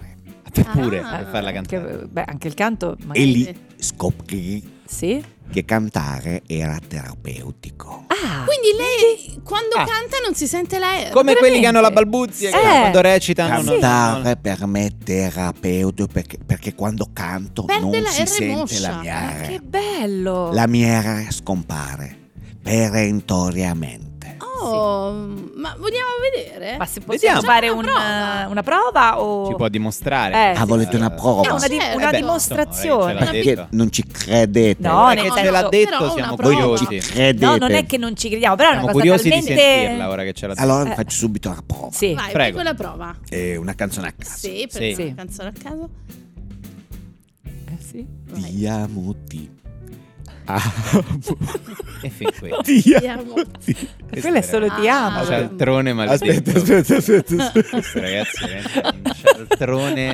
[SPEAKER 5] Te [LAUGHS] pure
[SPEAKER 6] Ah.
[SPEAKER 5] per farla
[SPEAKER 8] Che-
[SPEAKER 5] cantare.
[SPEAKER 8] beh, anche il canto,
[SPEAKER 7] E
[SPEAKER 8] magari.
[SPEAKER 7] lì scoprì
[SPEAKER 8] Sì?
[SPEAKER 7] che cantare era terapeutico.
[SPEAKER 8] Ah,
[SPEAKER 6] Quindi lei quando
[SPEAKER 5] Ah.
[SPEAKER 6] canta non si sente la R.
[SPEAKER 5] Come quelli che hanno la
[SPEAKER 8] veramente?
[SPEAKER 5] balbuzia che
[SPEAKER 8] Eh.
[SPEAKER 5] quando recitano. no, no, no.
[SPEAKER 7] Cantare per me è terapeutico perché, perché quando canto
[SPEAKER 6] Perde
[SPEAKER 7] non
[SPEAKER 6] la
[SPEAKER 7] si
[SPEAKER 6] R
[SPEAKER 7] sente
[SPEAKER 6] moscia.
[SPEAKER 7] la
[SPEAKER 5] Eh.
[SPEAKER 7] mia R.
[SPEAKER 8] Ah, che bello!
[SPEAKER 7] La mia R scompare perentoriamente.
[SPEAKER 6] Oh, ma vogliamo vedere?
[SPEAKER 8] Ma se
[SPEAKER 5] Vediamo.
[SPEAKER 8] possiamo fare
[SPEAKER 6] Facciamo una
[SPEAKER 8] una, una prova o...
[SPEAKER 5] Ci può dimostrare.
[SPEAKER 8] Eh,
[SPEAKER 7] Ah, volete una prova?
[SPEAKER 8] No, una, di-
[SPEAKER 6] Eh,
[SPEAKER 8] una
[SPEAKER 6] beh,
[SPEAKER 5] insomma, lei ce
[SPEAKER 8] dimostrazione.
[SPEAKER 5] l'ha
[SPEAKER 7] Perché non ci credete?
[SPEAKER 8] No,
[SPEAKER 5] detto.
[SPEAKER 8] nel
[SPEAKER 5] Perché ce l'ha
[SPEAKER 6] però
[SPEAKER 8] senso-
[SPEAKER 5] detto,
[SPEAKER 6] una
[SPEAKER 5] siamo
[SPEAKER 6] prova.
[SPEAKER 7] Ci
[SPEAKER 5] curiosi.
[SPEAKER 7] credete?
[SPEAKER 8] No, non è che non ci crediamo, però è una
[SPEAKER 5] Siamo
[SPEAKER 8] cosa
[SPEAKER 5] curiosi
[SPEAKER 8] talmente...
[SPEAKER 5] di sentirla ora che ce l'ha detto.
[SPEAKER 7] Allora vi
[SPEAKER 8] Eh.
[SPEAKER 7] faccio subito la prova.
[SPEAKER 8] Sì.
[SPEAKER 6] Vai,
[SPEAKER 5] Prego.
[SPEAKER 6] fai quella prova.
[SPEAKER 7] È
[SPEAKER 10] Eh,
[SPEAKER 7] una canzone a caso.
[SPEAKER 6] Sì, per
[SPEAKER 5] Sì.
[SPEAKER 6] una
[SPEAKER 8] Sì.
[SPEAKER 6] canzone a caso.
[SPEAKER 8] Eh,
[SPEAKER 6] Vai.
[SPEAKER 7] Ti amo, ti amo,
[SPEAKER 5] E fin qui.
[SPEAKER 7] ti
[SPEAKER 6] amo.
[SPEAKER 7] amo, ti
[SPEAKER 8] Quello è solo ti
[SPEAKER 6] Ah.
[SPEAKER 8] amo.
[SPEAKER 5] Cialtrone maldito.
[SPEAKER 9] Aspetta, aspetta, aspetta. aspetta.
[SPEAKER 10] [LAUGHS]
[SPEAKER 5] Questo, Ragazzi, veramente, non c'è cialtrone,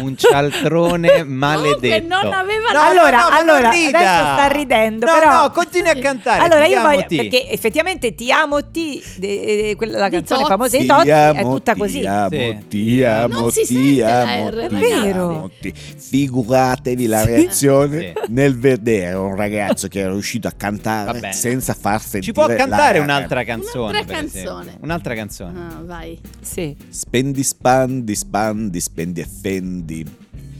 [SPEAKER 5] un cialtrone
[SPEAKER 6] Che
[SPEAKER 5] maledetto.
[SPEAKER 6] non aveva
[SPEAKER 10] No,
[SPEAKER 4] allora,
[SPEAKER 10] no, ma non
[SPEAKER 4] allora adesso
[SPEAKER 10] rida.
[SPEAKER 4] sta ridendo.
[SPEAKER 10] No,
[SPEAKER 4] però...
[SPEAKER 10] no, continui a cantare,
[SPEAKER 4] Allora,
[SPEAKER 10] ti
[SPEAKER 4] io
[SPEAKER 10] amo,
[SPEAKER 4] voglio.
[SPEAKER 10] ti.
[SPEAKER 4] Perché effettivamente ti amo, ti. de- eh, quella- la
[SPEAKER 6] Di
[SPEAKER 4] canzone
[SPEAKER 6] Tozzi.
[SPEAKER 4] famosa di
[SPEAKER 10] Ti
[SPEAKER 4] Totti è
[SPEAKER 10] amo,
[SPEAKER 4] tutta
[SPEAKER 10] ti
[SPEAKER 4] così.
[SPEAKER 10] amo,
[SPEAKER 5] Sì.
[SPEAKER 10] ti amo,
[SPEAKER 6] Non si
[SPEAKER 10] ti
[SPEAKER 6] sente la
[SPEAKER 10] amo,
[SPEAKER 6] R,
[SPEAKER 10] ti
[SPEAKER 4] ragazzi.
[SPEAKER 10] amo, ti- Figuratevi la
[SPEAKER 5] Sì.
[SPEAKER 10] reazione nel vedere un ragazzo che era riuscito a cantare
[SPEAKER 5] Vabbè.
[SPEAKER 10] senza far sentire
[SPEAKER 5] Ci può
[SPEAKER 10] la
[SPEAKER 5] cantare
[SPEAKER 10] R.
[SPEAKER 5] un'altra canzone?
[SPEAKER 6] Un'altra
[SPEAKER 5] per esempio?
[SPEAKER 6] canzone.
[SPEAKER 5] Un'altra canzone.
[SPEAKER 6] Ah,
[SPEAKER 8] [LAUGHS]
[SPEAKER 6] vai.
[SPEAKER 4] Sì.
[SPEAKER 10] Spendi, spandi, spandi, spendi e fendi.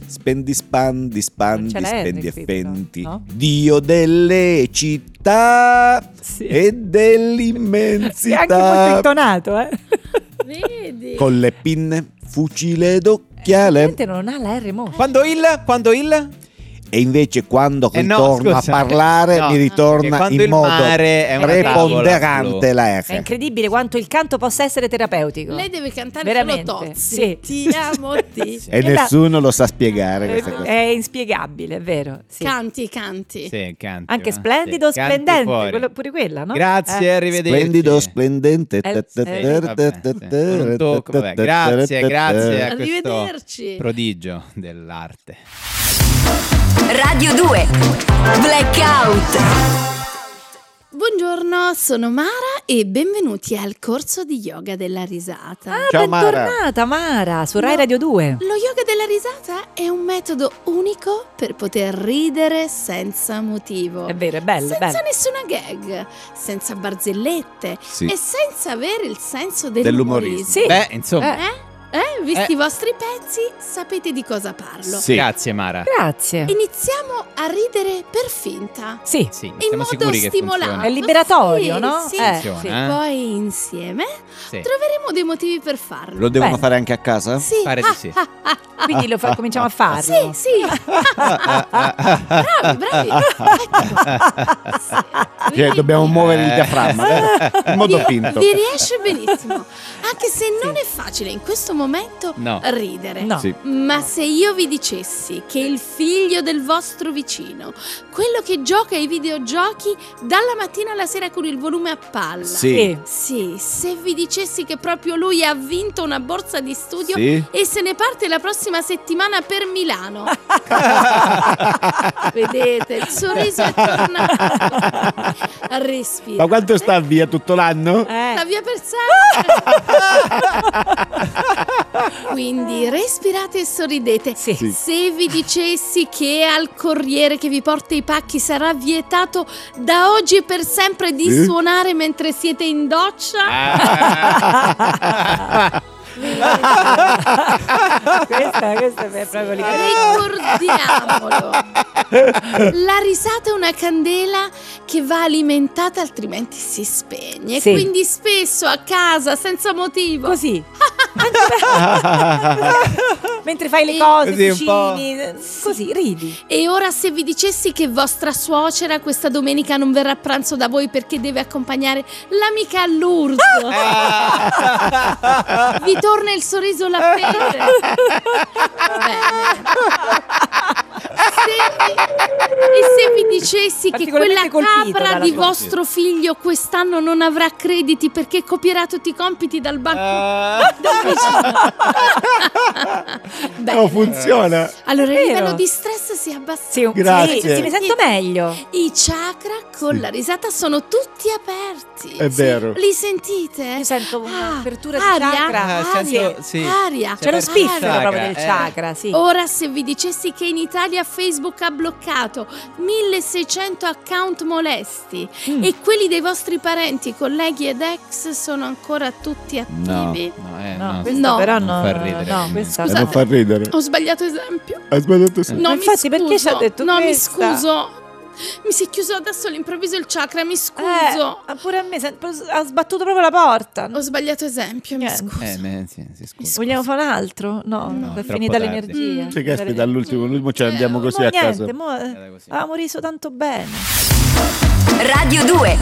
[SPEAKER 10] Spendi, spandi, spandi,
[SPEAKER 8] c'è la R
[SPEAKER 10] spendi e
[SPEAKER 8] qui, però,
[SPEAKER 10] fendi.
[SPEAKER 8] no?
[SPEAKER 10] Dio delle città
[SPEAKER 4] Sì.
[SPEAKER 10] e
[SPEAKER 4] È anche molto
[SPEAKER 10] dell'immensità.
[SPEAKER 4] intonato, eh.
[SPEAKER 6] Vedi?
[SPEAKER 10] Con le pinne, fucile ed occhiale.
[SPEAKER 8] Effettivamente non ha la R mo.
[SPEAKER 5] Quando il? Quando il?
[SPEAKER 10] E invece quando
[SPEAKER 5] Eh no,
[SPEAKER 10] ritorno a
[SPEAKER 5] scusa.
[SPEAKER 10] parlare
[SPEAKER 5] No,
[SPEAKER 10] mi
[SPEAKER 5] perché
[SPEAKER 10] ritorna
[SPEAKER 5] quando
[SPEAKER 10] in
[SPEAKER 5] il
[SPEAKER 10] modo
[SPEAKER 5] mare è una tavola blu.
[SPEAKER 10] preponderante la
[SPEAKER 8] È
[SPEAKER 10] R.
[SPEAKER 8] incredibile quanto il canto possa essere terapeutico.
[SPEAKER 6] Lei deve cantare
[SPEAKER 8] Veramente.
[SPEAKER 6] solo Tozzi.
[SPEAKER 8] Sì.
[SPEAKER 6] Ti amo,
[SPEAKER 8] [LAUGHS]
[SPEAKER 6] ti.
[SPEAKER 10] E
[SPEAKER 4] È la-
[SPEAKER 10] nessuno lo sa spiegare
[SPEAKER 4] Eh,
[SPEAKER 10] questa cosa.
[SPEAKER 8] È inspiegabile, è vero. sì.
[SPEAKER 6] Canti, canti.
[SPEAKER 5] Sì, canti,
[SPEAKER 8] Anche
[SPEAKER 5] va.
[SPEAKER 8] splendido,
[SPEAKER 5] Sì, canti
[SPEAKER 8] splendente,
[SPEAKER 5] fuori.
[SPEAKER 8] quello- pure quella, no?
[SPEAKER 5] Grazie,
[SPEAKER 8] Eh.
[SPEAKER 5] arrivederci.
[SPEAKER 10] Splendido, splendente.
[SPEAKER 8] Eh, sì.
[SPEAKER 5] Eh, vabbè, sì. Con un tocco, vabbè. Grazie, grazie
[SPEAKER 10] Eh,
[SPEAKER 5] a questo
[SPEAKER 6] Arrivederci.
[SPEAKER 5] prodigio dell'arte.
[SPEAKER 2] Radio 2 Blackout
[SPEAKER 6] Buongiorno, sono Mara e benvenuti al corso di yoga della risata.
[SPEAKER 8] Ah,
[SPEAKER 10] Ciao, Mara.
[SPEAKER 8] bentornata Mara, su Rai
[SPEAKER 6] No.
[SPEAKER 8] Radio 2.
[SPEAKER 6] Lo yoga della risata è un metodo unico per poter ridere senza motivo.
[SPEAKER 8] È vero, è bello, è
[SPEAKER 6] senza
[SPEAKER 8] bello.
[SPEAKER 6] nessuna gag, senza barzellette
[SPEAKER 10] Sì.
[SPEAKER 6] e senza avere il senso
[SPEAKER 10] Dell'umorismo.
[SPEAKER 6] dell'umorismo.
[SPEAKER 8] Sì.
[SPEAKER 5] Beh, insomma,
[SPEAKER 6] Eh? Eh?
[SPEAKER 5] Eh.
[SPEAKER 6] Visti i vostri pezzi, sapete di cosa parlo.
[SPEAKER 10] Sì.
[SPEAKER 5] grazie Mara.
[SPEAKER 8] Grazie.
[SPEAKER 6] Iniziamo a ridere per finta.
[SPEAKER 8] Sì,
[SPEAKER 5] Sì,
[SPEAKER 6] In
[SPEAKER 5] siamo
[SPEAKER 6] modo
[SPEAKER 5] sicuri che
[SPEAKER 6] stimolante.
[SPEAKER 8] è
[SPEAKER 5] funziona.
[SPEAKER 8] liberatorio,
[SPEAKER 6] Sì,
[SPEAKER 8] no?
[SPEAKER 6] sì.
[SPEAKER 8] Eh,
[SPEAKER 5] Funziona,
[SPEAKER 8] sì.
[SPEAKER 5] eh?
[SPEAKER 6] Poi insieme
[SPEAKER 5] Sì.
[SPEAKER 6] troveremo dei motivi per farlo.
[SPEAKER 10] Lo devono
[SPEAKER 8] Bene.
[SPEAKER 10] fare anche a casa?
[SPEAKER 6] sì. [LAUGHS]
[SPEAKER 5] Pare di sì.
[SPEAKER 8] Quindi lo
[SPEAKER 10] Ah,
[SPEAKER 8] fa- cominciamo a
[SPEAKER 6] Ah, Sì,
[SPEAKER 8] farlo.
[SPEAKER 6] sì. [LAUGHS] bravi, bravi.
[SPEAKER 8] Ah,
[SPEAKER 5] [LAUGHS]
[SPEAKER 6] Ecco. Sì.
[SPEAKER 10] Cioè, dobbiamo muovere il diaframma
[SPEAKER 5] Eh.
[SPEAKER 8] [LAUGHS]
[SPEAKER 10] dai, in modo
[SPEAKER 6] Vi-
[SPEAKER 10] finto.
[SPEAKER 6] Vi riesce benissimo. Anche se non è facile in questo momento
[SPEAKER 5] No.
[SPEAKER 6] ridere.
[SPEAKER 8] No.
[SPEAKER 10] Sì.
[SPEAKER 6] Ma se io vi dicessi che il figlio del vostro vicino, quello che gioca ai videogiochi dalla mattina alla sera con il volume a palla.
[SPEAKER 8] Eh.
[SPEAKER 10] Sì.
[SPEAKER 6] Sì, se vi dicessi che proprio lui ha vinto una borsa di studio
[SPEAKER 10] Sì.
[SPEAKER 6] e se ne parte la prossima settimana per [LAUGHS] Milano. Vedete, il sorriso è tornato. Respira.
[SPEAKER 10] Ma quanto sta via tutto l'anno?
[SPEAKER 4] Eh.
[SPEAKER 6] Sta via per sempre. Quindi respirate e sorridete.
[SPEAKER 8] Sì. Sì.
[SPEAKER 6] Se vi dicessi che al corriere che vi porta i pacchi sarà vietato da oggi e per sempre di
[SPEAKER 10] Sì.
[SPEAKER 6] suonare mentre siete in doccia,
[SPEAKER 5] Ah. Eh.
[SPEAKER 4] questa, questa è proprio lì.
[SPEAKER 6] ricordiamolo. La risata è una candela che va alimentata altrimenti si spegne.
[SPEAKER 8] Sì.
[SPEAKER 6] Quindi spesso a casa senza motivo.
[SPEAKER 8] Così.
[SPEAKER 4] Mentre fai le cose,
[SPEAKER 5] Così un
[SPEAKER 4] cucini,
[SPEAKER 8] Così, ridi.
[SPEAKER 6] E ora se vi dicessi che vostra suocera questa domenica non verrà a pranzo da voi perché deve accompagnare l'amica all'urso.
[SPEAKER 5] Ah!
[SPEAKER 6] vi torna il sorriso la pelle. Bene. Se vi- E se vi dicessi che quella
[SPEAKER 4] Particolarmente colpito
[SPEAKER 6] capra
[SPEAKER 4] dalla
[SPEAKER 6] di
[SPEAKER 4] cosa.
[SPEAKER 6] vostro figlio quest'anno non avrà crediti perché copierà tutti i compiti dal
[SPEAKER 8] Eh.
[SPEAKER 6] banco del vicino.
[SPEAKER 10] No,
[SPEAKER 6] [LAUGHS] Bene.
[SPEAKER 10] funziona.
[SPEAKER 6] Allora il
[SPEAKER 8] Oh, Vero.
[SPEAKER 6] livello di stress si abbassa.
[SPEAKER 8] Sì, un-
[SPEAKER 10] Grazie.
[SPEAKER 8] sì, sì, mi sento meglio.
[SPEAKER 6] I chakra con la risata sono tutti aperti.
[SPEAKER 10] È vero.
[SPEAKER 6] Li sentite?
[SPEAKER 8] Io sento
[SPEAKER 6] Ah,
[SPEAKER 8] un'apertura di
[SPEAKER 6] aria,
[SPEAKER 8] chakra.
[SPEAKER 5] Ah,
[SPEAKER 6] aria,
[SPEAKER 5] sento- sì.
[SPEAKER 6] aria.
[SPEAKER 8] C'è
[SPEAKER 5] Apertura
[SPEAKER 8] lo
[SPEAKER 5] di
[SPEAKER 8] spiffero
[SPEAKER 5] chakra,
[SPEAKER 8] proprio del
[SPEAKER 5] eh.
[SPEAKER 8] chakra, sì.
[SPEAKER 6] Ora se vi dicessi che in Italia Facebook ha bloccato 1600 account molesti
[SPEAKER 4] Mm.
[SPEAKER 6] e quelli dei vostri parenti, colleghi ed ex sono ancora tutti attivi.
[SPEAKER 5] No, eh,
[SPEAKER 8] No,
[SPEAKER 5] no.
[SPEAKER 8] questa
[SPEAKER 6] No.
[SPEAKER 8] però
[SPEAKER 5] Non
[SPEAKER 8] no,
[SPEAKER 5] fa ridere.
[SPEAKER 8] no,
[SPEAKER 5] Mm.
[SPEAKER 8] questa-
[SPEAKER 10] E Eh, non fa ridere.
[SPEAKER 6] Ho sbagliato esempio.
[SPEAKER 10] Ha sbagliato sempre.
[SPEAKER 6] No,
[SPEAKER 4] Ma Eh, infatti,
[SPEAKER 6] mi scuso.
[SPEAKER 4] perché ci ha detto
[SPEAKER 6] No,
[SPEAKER 4] questa?
[SPEAKER 6] mi scuso. Mi si è chiuso adesso all'improvviso il chakra, mi scuso.
[SPEAKER 8] Ah,
[SPEAKER 4] Eh, pure a me sen- ha sbattuto proprio la porta.
[SPEAKER 6] Ho sbagliato esempio, mi
[SPEAKER 4] Niente.
[SPEAKER 6] scuso.
[SPEAKER 5] Eh, beh, sì, sì, scusa.
[SPEAKER 8] Vogliamo fare un altro? No,
[SPEAKER 5] No,
[SPEAKER 8] è
[SPEAKER 5] troppo
[SPEAKER 8] finita
[SPEAKER 5] tardi.
[SPEAKER 8] l'energia.
[SPEAKER 6] Mm.
[SPEAKER 10] Sì, caspita, dall'ultimo all'ultimo ce ne andiamo
[SPEAKER 4] Mo
[SPEAKER 10] così a casa.
[SPEAKER 4] niente, mo, eh,
[SPEAKER 5] Era così.
[SPEAKER 4] avevamo riso tanto bene.
[SPEAKER 2] Radio 2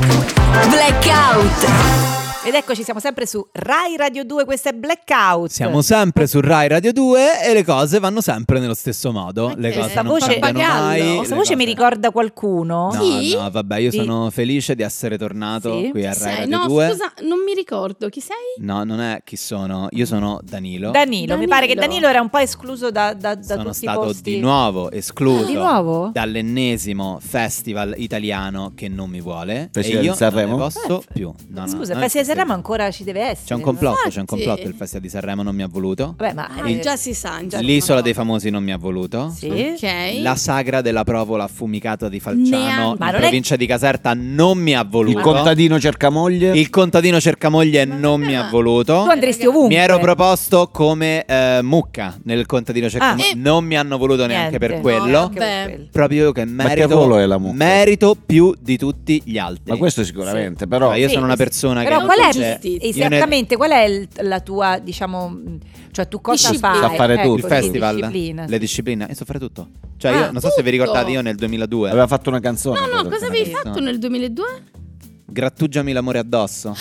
[SPEAKER 2] Blackout
[SPEAKER 4] Ed eccoci, siamo sempre su Rai Radio 2, questo è Blackout.
[SPEAKER 5] Siamo sempre su Rai Radio 2 e le cose vanno sempre nello stesso modo.
[SPEAKER 6] Ma
[SPEAKER 5] Le
[SPEAKER 6] che-
[SPEAKER 5] cose
[SPEAKER 6] Questa
[SPEAKER 5] non
[SPEAKER 4] voce-
[SPEAKER 5] cambiano
[SPEAKER 6] Pappagallo.
[SPEAKER 5] mai.
[SPEAKER 6] Questa
[SPEAKER 5] le
[SPEAKER 4] Questa voce mi
[SPEAKER 5] cose-
[SPEAKER 4] ricorda qualcuno?
[SPEAKER 5] No,
[SPEAKER 6] Sì?
[SPEAKER 5] no, vabbè, io
[SPEAKER 4] Sì.
[SPEAKER 5] sono felice di essere tornato
[SPEAKER 4] Sì.
[SPEAKER 5] qui a Rai
[SPEAKER 6] Sai,
[SPEAKER 5] Radio
[SPEAKER 6] Eh, no,
[SPEAKER 5] 2.
[SPEAKER 6] scusa, non mi ricordo chi sei.
[SPEAKER 5] No, non è chi sono. Io sono Danilo.
[SPEAKER 4] Danilo, mi pare che
[SPEAKER 6] Danilo.
[SPEAKER 4] Danilo era un po' escluso da, da, da
[SPEAKER 5] sono
[SPEAKER 4] tutti i
[SPEAKER 5] stato
[SPEAKER 4] posti. Ah,
[SPEAKER 5] di nuovo escluso
[SPEAKER 8] Di nuovo?
[SPEAKER 5] dall'ennesimo festival italiano che non mi vuole.
[SPEAKER 10] Festival
[SPEAKER 5] e
[SPEAKER 10] di
[SPEAKER 5] io
[SPEAKER 10] Sanremo?
[SPEAKER 5] non ne posso più. No, no,
[SPEAKER 4] Eh, Scusa, il
[SPEAKER 5] non
[SPEAKER 4] Festival
[SPEAKER 5] esiste.
[SPEAKER 4] di Sanremo ancora ci deve essere.
[SPEAKER 5] C'è un complotto, c'è un
[SPEAKER 6] Infatti.
[SPEAKER 5] complotto. Il Festival di Sanremo non mi ha voluto.
[SPEAKER 8] Vabbè, ma
[SPEAKER 6] Ah,
[SPEAKER 8] eh,
[SPEAKER 6] già si sa. già-
[SPEAKER 5] L'isola dei famosi non mi ha voluto.
[SPEAKER 8] sì.
[SPEAKER 6] Ok.
[SPEAKER 5] La sagra della provola affumicata di Falciano
[SPEAKER 6] Neanche.
[SPEAKER 5] in
[SPEAKER 4] Ma non è-
[SPEAKER 5] provincia di Caserta non mi ha voluto.
[SPEAKER 10] Il contadino cercamoglie.
[SPEAKER 5] Il contadino cercamoglie non mi ha voluto.
[SPEAKER 4] Tu andresti ovunque.
[SPEAKER 5] Mi ero proposto come eh, mucca nel contadino cercamoglie.
[SPEAKER 6] Ah.
[SPEAKER 5] non mi hanno voluto neanche per
[SPEAKER 4] Niente.
[SPEAKER 5] quello.
[SPEAKER 6] anche per
[SPEAKER 8] quello.
[SPEAKER 5] Proprio io che
[SPEAKER 10] che
[SPEAKER 5] merito,
[SPEAKER 10] ruolo è la mucca?
[SPEAKER 5] merito più di tutti gli altri.
[SPEAKER 10] Ma questo sicuramente, però.
[SPEAKER 5] Ma Cioè, io
[SPEAKER 4] Sì,
[SPEAKER 5] sono una
[SPEAKER 4] sì.
[SPEAKER 5] persona
[SPEAKER 4] Però
[SPEAKER 5] che
[SPEAKER 4] qual
[SPEAKER 5] non
[SPEAKER 4] è
[SPEAKER 5] c'è-
[SPEAKER 6] giusti-
[SPEAKER 5] io ne-
[SPEAKER 4] esattamente qual è il- la tua, diciamo, mh, cioè tu cosa
[SPEAKER 6] Disciplina.
[SPEAKER 4] fai? Ecco,
[SPEAKER 10] Sa fare tutto.
[SPEAKER 5] il
[SPEAKER 10] sì,
[SPEAKER 5] festival,
[SPEAKER 8] disciplina,
[SPEAKER 5] le discipline, e so fare tutto. Cioè,
[SPEAKER 6] Ah,
[SPEAKER 5] io non so se vi
[SPEAKER 6] tutto.
[SPEAKER 5] ricordate, io nel 2002
[SPEAKER 10] Aveva fatto una canzone.
[SPEAKER 6] No, no,
[SPEAKER 10] credo.
[SPEAKER 6] cosa avevi
[SPEAKER 5] Sì.
[SPEAKER 6] fatto nel 2002?
[SPEAKER 5] Grattugiami l'amore addosso.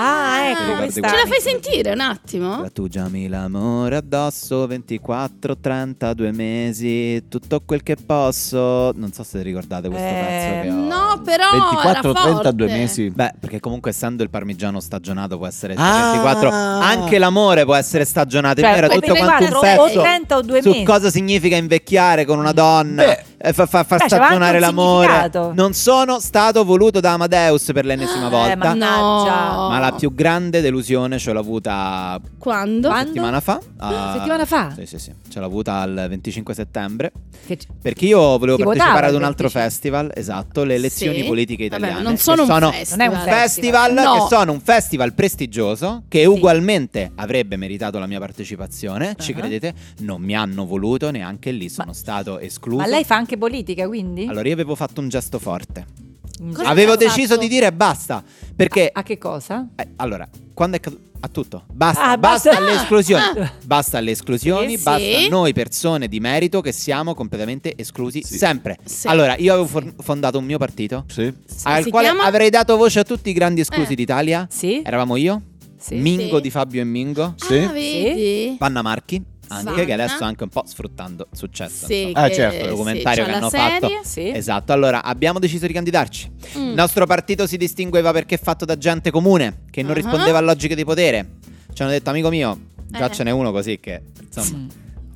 [SPEAKER 4] Ah,
[SPEAKER 5] Ti
[SPEAKER 4] ecco,
[SPEAKER 5] ricordi
[SPEAKER 4] questa.
[SPEAKER 6] Ce la fai sentire un
[SPEAKER 4] Ah?
[SPEAKER 6] attimo?
[SPEAKER 5] Grattugiami l'amore addosso, 24, 32 mesi, tutto quel che posso. Non so se ricordate questo
[SPEAKER 4] Eh,
[SPEAKER 5] pezzo che ho.
[SPEAKER 6] No, però era
[SPEAKER 10] 24
[SPEAKER 6] forte.
[SPEAKER 10] 32 mesi.
[SPEAKER 5] Beh, perché comunque essendo il parmigiano stagionato può essere
[SPEAKER 10] Ah.
[SPEAKER 5] 24, anche l'amore può essere stagionato.
[SPEAKER 4] Cioè,
[SPEAKER 5] Era
[SPEAKER 4] puoi
[SPEAKER 5] tutto
[SPEAKER 4] prendere
[SPEAKER 5] quanto
[SPEAKER 4] quattro
[SPEAKER 5] un
[SPEAKER 4] o
[SPEAKER 5] pezzo
[SPEAKER 4] trenta o due
[SPEAKER 5] su
[SPEAKER 4] mesi.
[SPEAKER 5] cosa significa invecchiare con una donna,
[SPEAKER 10] Beh.
[SPEAKER 5] eh, fa- fa- far
[SPEAKER 4] Beh, c'aveva
[SPEAKER 5] stagionare
[SPEAKER 4] anche un
[SPEAKER 5] l'amore.
[SPEAKER 4] significato.
[SPEAKER 5] Non sono stato voluto da Amadeus per l'ennesima volta.
[SPEAKER 4] Eh, mannaggia.
[SPEAKER 6] No.
[SPEAKER 5] Ma la più grande delusione ce l'ho avuta
[SPEAKER 6] Quando?
[SPEAKER 8] Quando?
[SPEAKER 5] settimana fa.
[SPEAKER 8] Ah,
[SPEAKER 5] a-
[SPEAKER 8] settimana fa?
[SPEAKER 5] Sì, sì, sì. Ce l'ho avuta al 25 settembre.
[SPEAKER 8] Che c-
[SPEAKER 5] Perché io volevo
[SPEAKER 8] Ti
[SPEAKER 5] partecipare
[SPEAKER 8] votava
[SPEAKER 5] ad un
[SPEAKER 8] il
[SPEAKER 5] altro
[SPEAKER 8] 25.
[SPEAKER 5] festival, esatto, le elezioni
[SPEAKER 6] Sì.
[SPEAKER 5] politiche
[SPEAKER 6] Vabbè,
[SPEAKER 5] italiane.
[SPEAKER 6] non
[SPEAKER 5] che
[SPEAKER 6] sono un festival.
[SPEAKER 4] Non è un
[SPEAKER 5] festival,
[SPEAKER 6] No.
[SPEAKER 5] che sono un festival prestigioso che ugualmente avrebbe meritato la mia partecipazione, ci
[SPEAKER 4] Ah.
[SPEAKER 5] credete? Non mi hanno voluto neanche lì, sono stato escluso.
[SPEAKER 8] Ma lei fa anche politica, quindi?
[SPEAKER 5] Allora io avevo fatto un gesto forte.
[SPEAKER 6] Cosa
[SPEAKER 5] avevo
[SPEAKER 6] hai
[SPEAKER 5] deciso
[SPEAKER 6] fatto?
[SPEAKER 5] di dire basta, perché
[SPEAKER 8] A che cosa?
[SPEAKER 5] eh, allora, quando è caduto a tutto, basta,
[SPEAKER 4] Ah,
[SPEAKER 5] basta,
[SPEAKER 4] basta.
[SPEAKER 5] alle esclusioni,
[SPEAKER 4] Ah.
[SPEAKER 5] basta alle esclusioni,
[SPEAKER 6] Eh, Sì, sì.
[SPEAKER 5] basta a noi persone di merito che siamo completamente esclusi sempre.
[SPEAKER 6] Sì.
[SPEAKER 5] Allora, io avevo for- fondato un mio partito
[SPEAKER 10] Sì.
[SPEAKER 5] al
[SPEAKER 6] si
[SPEAKER 5] quale
[SPEAKER 6] chiama?
[SPEAKER 5] avrei dato voce a tutti i grandi esclusi
[SPEAKER 6] Eh.
[SPEAKER 5] d'Italia.
[SPEAKER 8] Sì?
[SPEAKER 5] Eravamo io,
[SPEAKER 8] Sì.
[SPEAKER 5] Mingo
[SPEAKER 6] Sì.
[SPEAKER 5] di Fabio e Mingo,
[SPEAKER 10] Sì.
[SPEAKER 6] Ah, vedi?
[SPEAKER 5] Panna Marchi, anche
[SPEAKER 6] Vanna.
[SPEAKER 5] che adesso anche un po' sfruttando il successo.
[SPEAKER 6] Sì,
[SPEAKER 5] insomma.
[SPEAKER 10] Ah,
[SPEAKER 6] che-
[SPEAKER 10] certo.
[SPEAKER 6] sì,
[SPEAKER 5] Documentario
[SPEAKER 6] c'ha
[SPEAKER 5] che
[SPEAKER 6] la
[SPEAKER 5] hanno
[SPEAKER 6] serie.
[SPEAKER 5] fatto.
[SPEAKER 8] Sì.
[SPEAKER 5] Esatto, allora abbiamo deciso di candidarci.
[SPEAKER 6] Mm.
[SPEAKER 5] Il nostro partito si distingueva perché è fatto da gente comune che non
[SPEAKER 6] Ah.
[SPEAKER 5] rispondeva a logiche di potere. Ci hanno detto, amico mio, già
[SPEAKER 6] Eh.
[SPEAKER 5] ce n'è uno così che insomma.
[SPEAKER 8] Mm.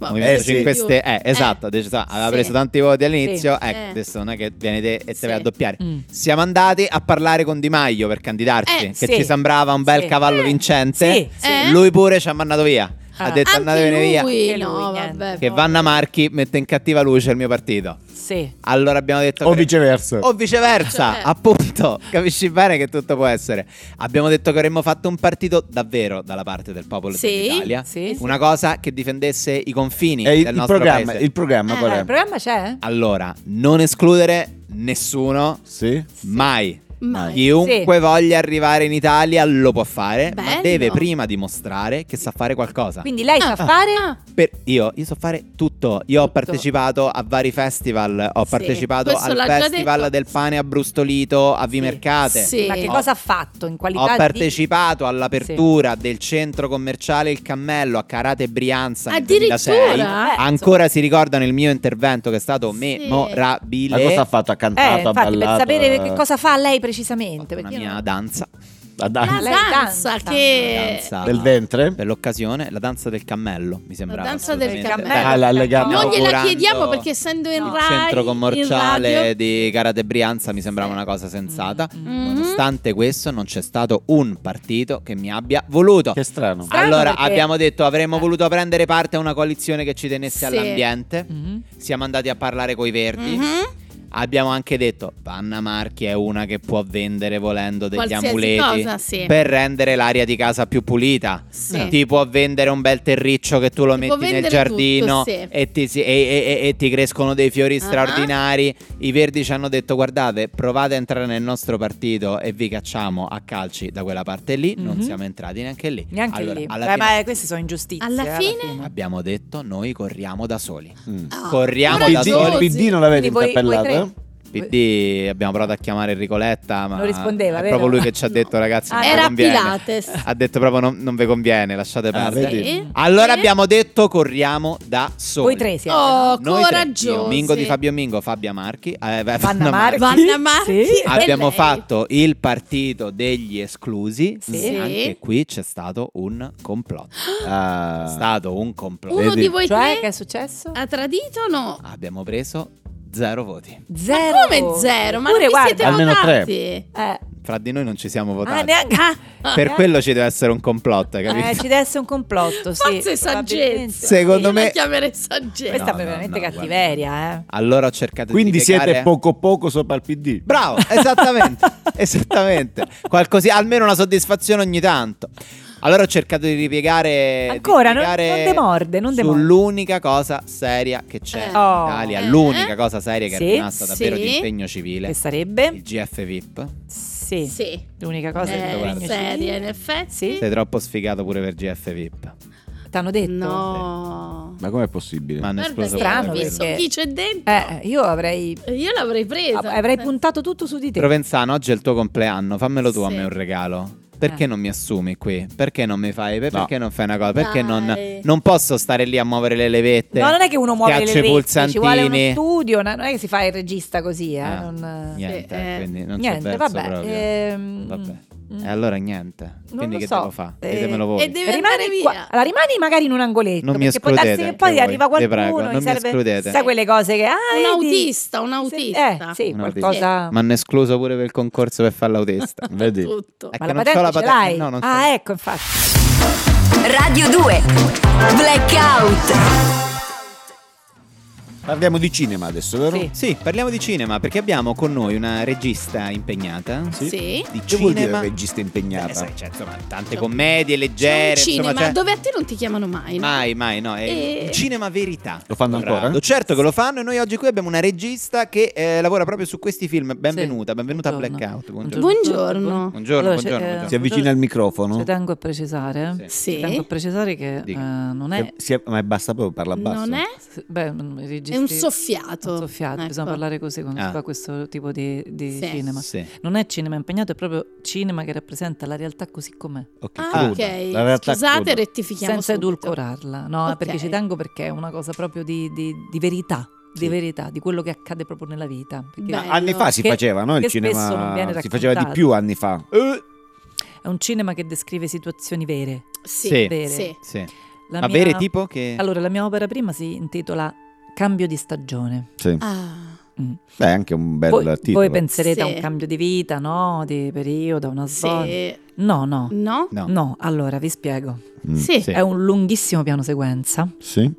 [SPEAKER 6] Ma-
[SPEAKER 5] Movimento
[SPEAKER 10] Eh, sì.
[SPEAKER 5] 5 Stelle, eh, esatto, ha deciso- aveva preso tanti voti all'inizio,
[SPEAKER 6] Sì.
[SPEAKER 5] ecco,
[SPEAKER 6] Eh.
[SPEAKER 5] adesso non è che viene te e te
[SPEAKER 6] Sì.
[SPEAKER 5] vai a doppiare.
[SPEAKER 8] Mm.
[SPEAKER 5] Siamo andati a parlare con Di Maio per candidarci,
[SPEAKER 6] Eh,
[SPEAKER 5] che
[SPEAKER 4] sì.
[SPEAKER 5] ci sembrava un bel
[SPEAKER 8] Sì.
[SPEAKER 5] cavallo
[SPEAKER 6] Eh.
[SPEAKER 5] vincente.
[SPEAKER 4] Sì,
[SPEAKER 6] sì. Eh.
[SPEAKER 5] Lui pure ci ha mandato via.
[SPEAKER 8] Ah.
[SPEAKER 5] Ha detto andatevene
[SPEAKER 6] Anche
[SPEAKER 5] via.
[SPEAKER 6] lui,
[SPEAKER 8] Anche
[SPEAKER 6] no,
[SPEAKER 8] lui, niente.
[SPEAKER 6] vabbè.
[SPEAKER 5] Che
[SPEAKER 6] poi.
[SPEAKER 5] Vanna Marchi mette in cattiva luce il mio partito.
[SPEAKER 8] Sì.
[SPEAKER 5] Allora abbiamo detto
[SPEAKER 10] O
[SPEAKER 5] che-
[SPEAKER 10] viceversa.
[SPEAKER 5] o viceversa,
[SPEAKER 6] Cioè.
[SPEAKER 5] appunto, capisci bene che tutto può essere. Abbiamo detto che avremmo fatto un partito davvero dalla parte del popolo
[SPEAKER 6] Sì,
[SPEAKER 5] dell'Italia,
[SPEAKER 8] sì, sì.
[SPEAKER 5] una cosa che difendesse i confini
[SPEAKER 10] E il,
[SPEAKER 5] del
[SPEAKER 10] il
[SPEAKER 5] nostro
[SPEAKER 10] programma,
[SPEAKER 5] paese.
[SPEAKER 10] il programma
[SPEAKER 6] Eh,
[SPEAKER 10] qual
[SPEAKER 8] Ah,
[SPEAKER 10] è?
[SPEAKER 8] il programma c'è?
[SPEAKER 5] Allora, non escludere nessuno,
[SPEAKER 10] Sì.
[SPEAKER 5] mai.
[SPEAKER 6] Mai.
[SPEAKER 5] Chiunque voglia arrivare in Italia lo può fare, ma
[SPEAKER 6] Bello.
[SPEAKER 5] deve prima dimostrare che sa fare qualcosa.
[SPEAKER 8] Quindi lei sa
[SPEAKER 6] Ah.
[SPEAKER 8] fare?
[SPEAKER 6] Ah,
[SPEAKER 5] Per- io, io so fare tutto. Io ho
[SPEAKER 8] Tutto.
[SPEAKER 5] partecipato a vari festival. Ho
[SPEAKER 6] Sì,
[SPEAKER 5] partecipato
[SPEAKER 6] questo
[SPEAKER 5] al
[SPEAKER 6] l'ha già
[SPEAKER 5] festival
[SPEAKER 6] detto.
[SPEAKER 5] del pane a Brustolito a Vimercate.
[SPEAKER 6] Sì.
[SPEAKER 8] Ma che
[SPEAKER 5] Ho-
[SPEAKER 8] cosa ha fatto in qualità
[SPEAKER 5] Ho
[SPEAKER 8] di-
[SPEAKER 5] partecipato all'apertura del centro commerciale Il Cammello a Carate Brianza nel 2006.
[SPEAKER 6] Addirittura? Eh,
[SPEAKER 5] Ancora si ricordano il mio intervento che è stato memorabile.
[SPEAKER 10] Ma cosa ha fatto? Ha
[SPEAKER 8] Eh,
[SPEAKER 10] cantato, ha
[SPEAKER 8] infatti, per
[SPEAKER 10] ballato.
[SPEAKER 8] sapere che
[SPEAKER 10] eh,
[SPEAKER 8] cosa fa lei
[SPEAKER 5] Ho
[SPEAKER 8] precisamente.
[SPEAKER 5] fatto una
[SPEAKER 8] Perché io
[SPEAKER 5] mia
[SPEAKER 8] non-
[SPEAKER 5] danza.
[SPEAKER 10] ha
[SPEAKER 6] la
[SPEAKER 10] dato
[SPEAKER 8] Lei
[SPEAKER 6] danza,
[SPEAKER 8] danza.
[SPEAKER 6] che
[SPEAKER 5] danza
[SPEAKER 10] Del ventre?
[SPEAKER 5] Per l'occasione, la danza del cammello, mi sembrava.
[SPEAKER 6] danza del
[SPEAKER 5] assolutamente.
[SPEAKER 6] cammello.
[SPEAKER 5] Beh,
[SPEAKER 10] Ah, la legame.
[SPEAKER 6] non gliela
[SPEAKER 5] inaugurando
[SPEAKER 6] chiediamo perché essendo in
[SPEAKER 5] il
[SPEAKER 6] Rai
[SPEAKER 5] centro
[SPEAKER 6] in
[SPEAKER 5] commerciale
[SPEAKER 6] radio-
[SPEAKER 5] di Carate Brianza mi sembrava una cosa sensata.
[SPEAKER 6] Mm.
[SPEAKER 5] Nonostante questo, non c'è stato un partito che mi abbia voluto.
[SPEAKER 10] Che strano.
[SPEAKER 8] Strano
[SPEAKER 5] Allora,
[SPEAKER 8] perché-
[SPEAKER 5] abbiamo detto avremmo voluto prendere parte a una coalizione che ci tenesse
[SPEAKER 6] Sì.
[SPEAKER 5] all'ambiente.
[SPEAKER 8] Mhm.
[SPEAKER 5] Siamo andati a parlare coi verdi.
[SPEAKER 6] Mhm.
[SPEAKER 5] Abbiamo anche detto Vanna Marchi è una che può vendere volendo degli
[SPEAKER 6] Qualsiasi
[SPEAKER 5] amuleti
[SPEAKER 6] cosa, sì.
[SPEAKER 5] per rendere l'aria di casa più pulita. Eh.
[SPEAKER 6] Sì.
[SPEAKER 5] Ti può vendere un bel terriccio che tu lo
[SPEAKER 6] Ti può
[SPEAKER 5] metti nel
[SPEAKER 6] vendere
[SPEAKER 5] giardino
[SPEAKER 6] tutto, sì.
[SPEAKER 5] e, ti, si- e- e- e- e ti crescono dei fiori
[SPEAKER 6] Ah.
[SPEAKER 5] straordinari. I verdi ci hanno detto guardate provate a entrare nel nostro partito e vi cacciamo a calci da quella parte lì. Non
[SPEAKER 8] Mhm.
[SPEAKER 5] siamo entrati neanche lì.
[SPEAKER 8] Neanche
[SPEAKER 5] Allora,
[SPEAKER 8] lì.
[SPEAKER 5] alla
[SPEAKER 4] Beh,
[SPEAKER 5] fine
[SPEAKER 4] ma eh, queste sono ingiustizie.
[SPEAKER 6] Alla
[SPEAKER 4] eh,
[SPEAKER 6] fine?
[SPEAKER 5] abbiamo detto noi corriamo da soli.
[SPEAKER 10] Mm.
[SPEAKER 6] Ah,
[SPEAKER 5] Corriamo
[SPEAKER 10] Il
[SPEAKER 5] da
[SPEAKER 10] PD, il
[SPEAKER 5] soli.
[SPEAKER 10] PD non l'avete
[SPEAKER 8] Quindi voi- voi
[SPEAKER 10] interpellato?
[SPEAKER 5] PD, abbiamo provato a chiamare Enrico Letta, ma
[SPEAKER 8] Non rispondeva,
[SPEAKER 5] è
[SPEAKER 8] vero?
[SPEAKER 5] proprio lui che ci ha detto ragazzi, Ah, non vi
[SPEAKER 6] Era
[SPEAKER 5] conviene.
[SPEAKER 6] Pilates.
[SPEAKER 5] Ha detto proprio non, non vi conviene, lasciate
[SPEAKER 8] Ah,
[SPEAKER 5] perdere.
[SPEAKER 7] vedi?
[SPEAKER 6] Sì.
[SPEAKER 5] Allora
[SPEAKER 6] Sì.
[SPEAKER 5] abbiamo detto corriamo da soli.
[SPEAKER 8] Voi tre siete.
[SPEAKER 6] Oh,
[SPEAKER 5] Noi tre, io,
[SPEAKER 6] coraggiosi.
[SPEAKER 5] Mingo di Fabio Mingo, Fabia Marchi, eh, Vanna
[SPEAKER 8] Vanna
[SPEAKER 5] Marchi.
[SPEAKER 8] Marchi.
[SPEAKER 6] Vanna Marchi.
[SPEAKER 8] Sì.
[SPEAKER 6] e
[SPEAKER 5] Abbiamo
[SPEAKER 6] lei.
[SPEAKER 5] fatto il partito degli esclusi.
[SPEAKER 8] Sì.
[SPEAKER 5] Anche qui c'è stato un complotto.
[SPEAKER 10] Ah.
[SPEAKER 5] È stato un complotto.
[SPEAKER 6] Uno di voi
[SPEAKER 8] Cioè, che
[SPEAKER 6] tre
[SPEAKER 8] è successo?
[SPEAKER 6] ha tradito o no?
[SPEAKER 5] Abbiamo preso zero voti.
[SPEAKER 8] Zero.
[SPEAKER 6] Come zero? Ma non
[SPEAKER 8] Pure,
[SPEAKER 6] vi
[SPEAKER 8] guarda,
[SPEAKER 6] siete
[SPEAKER 7] almeno tre.
[SPEAKER 6] votati?
[SPEAKER 8] eh,
[SPEAKER 5] Fra di noi non ci siamo votati.
[SPEAKER 4] Ah, neanche. ah,
[SPEAKER 5] Per quello ci deve essere un complotto, hai capito?
[SPEAKER 4] eh, ci deve essere un complotto. Sì, probabilmente.
[SPEAKER 6] Forse saggezza.
[SPEAKER 5] Secondo
[SPEAKER 6] Io
[SPEAKER 5] me-
[SPEAKER 6] la chiamerei saggezza.
[SPEAKER 5] No,
[SPEAKER 8] Questa
[SPEAKER 5] no,
[SPEAKER 8] è veramente
[SPEAKER 5] no,
[SPEAKER 8] cattiveria, eh.
[SPEAKER 5] Allora ho cercato
[SPEAKER 7] Quindi
[SPEAKER 5] di spiegare-
[SPEAKER 7] siete poco poco sopra il PD.
[SPEAKER 5] Bravo, esattamente, [LAUGHS] esattamente. Qualcosa, almeno una soddisfazione ogni tanto. Allora ho cercato di ripiegare di
[SPEAKER 4] Ancora, non-
[SPEAKER 5] ripiegare
[SPEAKER 4] non demorde, non demorde.
[SPEAKER 5] Sull'unica cosa seria che c'è
[SPEAKER 6] Eh.
[SPEAKER 5] in
[SPEAKER 4] Oh.
[SPEAKER 5] Italia,
[SPEAKER 6] Eh.
[SPEAKER 5] l'unica cosa seria che
[SPEAKER 4] Sì,
[SPEAKER 5] è rimasta davvero
[SPEAKER 6] sì.
[SPEAKER 5] di impegno civile,
[SPEAKER 4] Che sarebbe?
[SPEAKER 5] il GF VIP.
[SPEAKER 4] Sì.
[SPEAKER 6] Sì.
[SPEAKER 4] L'unica cosa
[SPEAKER 5] Eh,
[SPEAKER 4] è il regno
[SPEAKER 6] seria,
[SPEAKER 4] civile.
[SPEAKER 6] in effetti.
[SPEAKER 4] Sì.
[SPEAKER 5] Sei troppo sfigato pure per GF VIP.
[SPEAKER 8] T'hanno detto?
[SPEAKER 6] No.
[SPEAKER 7] Ma com'è possibile?
[SPEAKER 5] Ma hanno
[SPEAKER 6] Guarda
[SPEAKER 5] esploso
[SPEAKER 6] che
[SPEAKER 8] Strano,
[SPEAKER 6] ho
[SPEAKER 5] proprio
[SPEAKER 6] visto
[SPEAKER 8] perché-
[SPEAKER 6] chi c'è dentro.
[SPEAKER 8] Eh, io avrei,
[SPEAKER 6] Io l'avrei presa. eh,
[SPEAKER 8] av- avrei puntato tutto su di te.
[SPEAKER 5] Provenzano, oggi è il tuo compleanno, fammelo tu a
[SPEAKER 6] Sì.
[SPEAKER 5] me un regalo. Perché
[SPEAKER 8] Eh.
[SPEAKER 5] non mi assumi qui? Perché non mi fai? per-
[SPEAKER 7] No.
[SPEAKER 5] Perché non fai una cosa? Perché non,
[SPEAKER 6] Dai.
[SPEAKER 5] non posso stare lì a muovere le levette?
[SPEAKER 4] No, non è che uno muove
[SPEAKER 5] schiaccio
[SPEAKER 4] le
[SPEAKER 5] i
[SPEAKER 4] levette, ci vuole uno
[SPEAKER 5] pulsantini.
[SPEAKER 4] studio, na- non è che si fa il regista così, eh.
[SPEAKER 5] Ah,
[SPEAKER 8] non-
[SPEAKER 5] Niente,
[SPEAKER 6] Eh,
[SPEAKER 5] quindi non
[SPEAKER 8] niente,
[SPEAKER 5] c'è verso
[SPEAKER 8] vabbè,
[SPEAKER 5] proprio.
[SPEAKER 8] ehm,
[SPEAKER 5] Vabbè.
[SPEAKER 8] mm.
[SPEAKER 5] E allora niente.
[SPEAKER 8] Non
[SPEAKER 5] Quindi
[SPEAKER 8] lo
[SPEAKER 5] che
[SPEAKER 8] so,
[SPEAKER 5] devo fare?
[SPEAKER 8] eh,
[SPEAKER 5] Ditemelo voi.
[SPEAKER 6] e deve andare
[SPEAKER 4] Rimani,
[SPEAKER 6] via.
[SPEAKER 4] qua, allora, rimani magari in un angoletto
[SPEAKER 5] Non mi
[SPEAKER 4] perché può darsi
[SPEAKER 5] escludete
[SPEAKER 4] che poi
[SPEAKER 5] anche voi,
[SPEAKER 4] arriva
[SPEAKER 5] vi
[SPEAKER 4] qualcuno
[SPEAKER 5] prego, non
[SPEAKER 4] gli
[SPEAKER 5] mi
[SPEAKER 4] serve-
[SPEAKER 5] escludete.
[SPEAKER 4] sai quelle cose che ah,
[SPEAKER 6] Un
[SPEAKER 4] vedi?
[SPEAKER 6] autista, un
[SPEAKER 4] Sì,
[SPEAKER 6] autista.
[SPEAKER 4] eh, sì,
[SPEAKER 5] Un autista.
[SPEAKER 4] qualcosa
[SPEAKER 5] Ma hanno escluso pure per il concorso per fare l'autista.
[SPEAKER 7] Vedi?
[SPEAKER 6] Tutto.
[SPEAKER 5] È che
[SPEAKER 8] Ma la
[SPEAKER 5] non
[SPEAKER 8] patente
[SPEAKER 5] c'ho la
[SPEAKER 8] ce
[SPEAKER 5] patente.
[SPEAKER 8] l'hai?
[SPEAKER 5] No, non c'ho-
[SPEAKER 8] ah, ecco, infatti.
[SPEAKER 2] Radio 2 Blackout
[SPEAKER 7] Parliamo di cinema adesso, vero?
[SPEAKER 8] Sì.
[SPEAKER 5] Sì, parliamo di cinema perché abbiamo con noi una regista impegnata.
[SPEAKER 6] Sì.
[SPEAKER 5] Di
[SPEAKER 7] Che vuol dire
[SPEAKER 5] cinema.
[SPEAKER 7] regista
[SPEAKER 5] Eh,
[SPEAKER 7] impegnata?
[SPEAKER 5] sai, cioè, insomma, tante commedie leggere.
[SPEAKER 6] C'è un cinema
[SPEAKER 5] insomma, cioè-
[SPEAKER 6] dove a te non ti chiamano mai. no?
[SPEAKER 7] Ah,
[SPEAKER 5] Mai, mai, no. È
[SPEAKER 6] E-
[SPEAKER 8] Eh.
[SPEAKER 5] il cinema verità.
[SPEAKER 7] Lo fanno
[SPEAKER 5] Bravo.
[SPEAKER 7] ancora?
[SPEAKER 5] Certo che lo fanno. E noi oggi qui abbiamo una regista che eh, lavora proprio su questi film. Benvenuta, benvenuta a
[SPEAKER 8] Buongiorno.
[SPEAKER 5] Blackout. Buongiorno.
[SPEAKER 6] Buongiorno.
[SPEAKER 5] Buongiorno,
[SPEAKER 8] Allora, c'è-
[SPEAKER 5] buongiorno.
[SPEAKER 8] eh,
[SPEAKER 5] buongiorno.
[SPEAKER 7] Si avvicina al microfono?
[SPEAKER 8] Ci tengo a precisare,
[SPEAKER 5] Sì.
[SPEAKER 6] Sì.
[SPEAKER 8] ci tengo a precisare che eh,
[SPEAKER 5] Dica.
[SPEAKER 8] non è...
[SPEAKER 7] Si è- ma basta proprio parla basso.
[SPEAKER 6] Non è?
[SPEAKER 8] Beh, mm, i registi-
[SPEAKER 6] È un soffiato.
[SPEAKER 8] un soffiato,
[SPEAKER 6] Ecco.
[SPEAKER 8] bisogna parlare così quando
[SPEAKER 5] Ah.
[SPEAKER 8] si fa questo tipo di, di
[SPEAKER 6] Sì.
[SPEAKER 8] cinema.
[SPEAKER 5] Sì.
[SPEAKER 8] Non è cinema impegnato, è proprio cinema che rappresenta la realtà così com'è.
[SPEAKER 7] Ok,
[SPEAKER 6] Ah,
[SPEAKER 7] cruda. La
[SPEAKER 6] ok.
[SPEAKER 7] realtà
[SPEAKER 6] Scusate,
[SPEAKER 7] cruda.
[SPEAKER 6] rettifichiamo.
[SPEAKER 8] senza
[SPEAKER 6] subito.
[SPEAKER 8] edulcorarla, no?
[SPEAKER 6] Ok.
[SPEAKER 8] Perché ci tengo perché è una cosa proprio di, di- di verità, di verità, di quello che accade proprio nella vita. Perché
[SPEAKER 6] Beh.
[SPEAKER 7] Anni fa si
[SPEAKER 8] Che-
[SPEAKER 7] faceva, no? Il
[SPEAKER 8] che spesso non
[SPEAKER 7] cinema
[SPEAKER 8] viene
[SPEAKER 7] si faceva di
[SPEAKER 8] raccontato.
[SPEAKER 7] più anni fa.
[SPEAKER 5] Eh,
[SPEAKER 8] è un cinema che descrive situazioni vere.
[SPEAKER 6] Sì.
[SPEAKER 5] Sì.
[SPEAKER 8] vere.
[SPEAKER 6] Sì.
[SPEAKER 5] Sì.
[SPEAKER 8] La
[SPEAKER 5] Ma
[SPEAKER 8] mia-
[SPEAKER 5] bere tipo che...
[SPEAKER 8] Allora, la mia opera prima si intitola Cambio di stagione.
[SPEAKER 7] Sì.
[SPEAKER 6] Ah.
[SPEAKER 7] Beh, anche un bel
[SPEAKER 8] Voi,
[SPEAKER 7] titolo.
[SPEAKER 8] voi penserete a
[SPEAKER 6] Sì.
[SPEAKER 8] un cambio di vita, no? Di periodo, una svolta.
[SPEAKER 6] Sì.
[SPEAKER 8] No, no.
[SPEAKER 6] No?
[SPEAKER 5] No.
[SPEAKER 8] No, allora vi spiego.
[SPEAKER 7] Mm.
[SPEAKER 6] Sì.
[SPEAKER 5] Sì.
[SPEAKER 8] È un lunghissimo piano sequenza
[SPEAKER 7] Sì.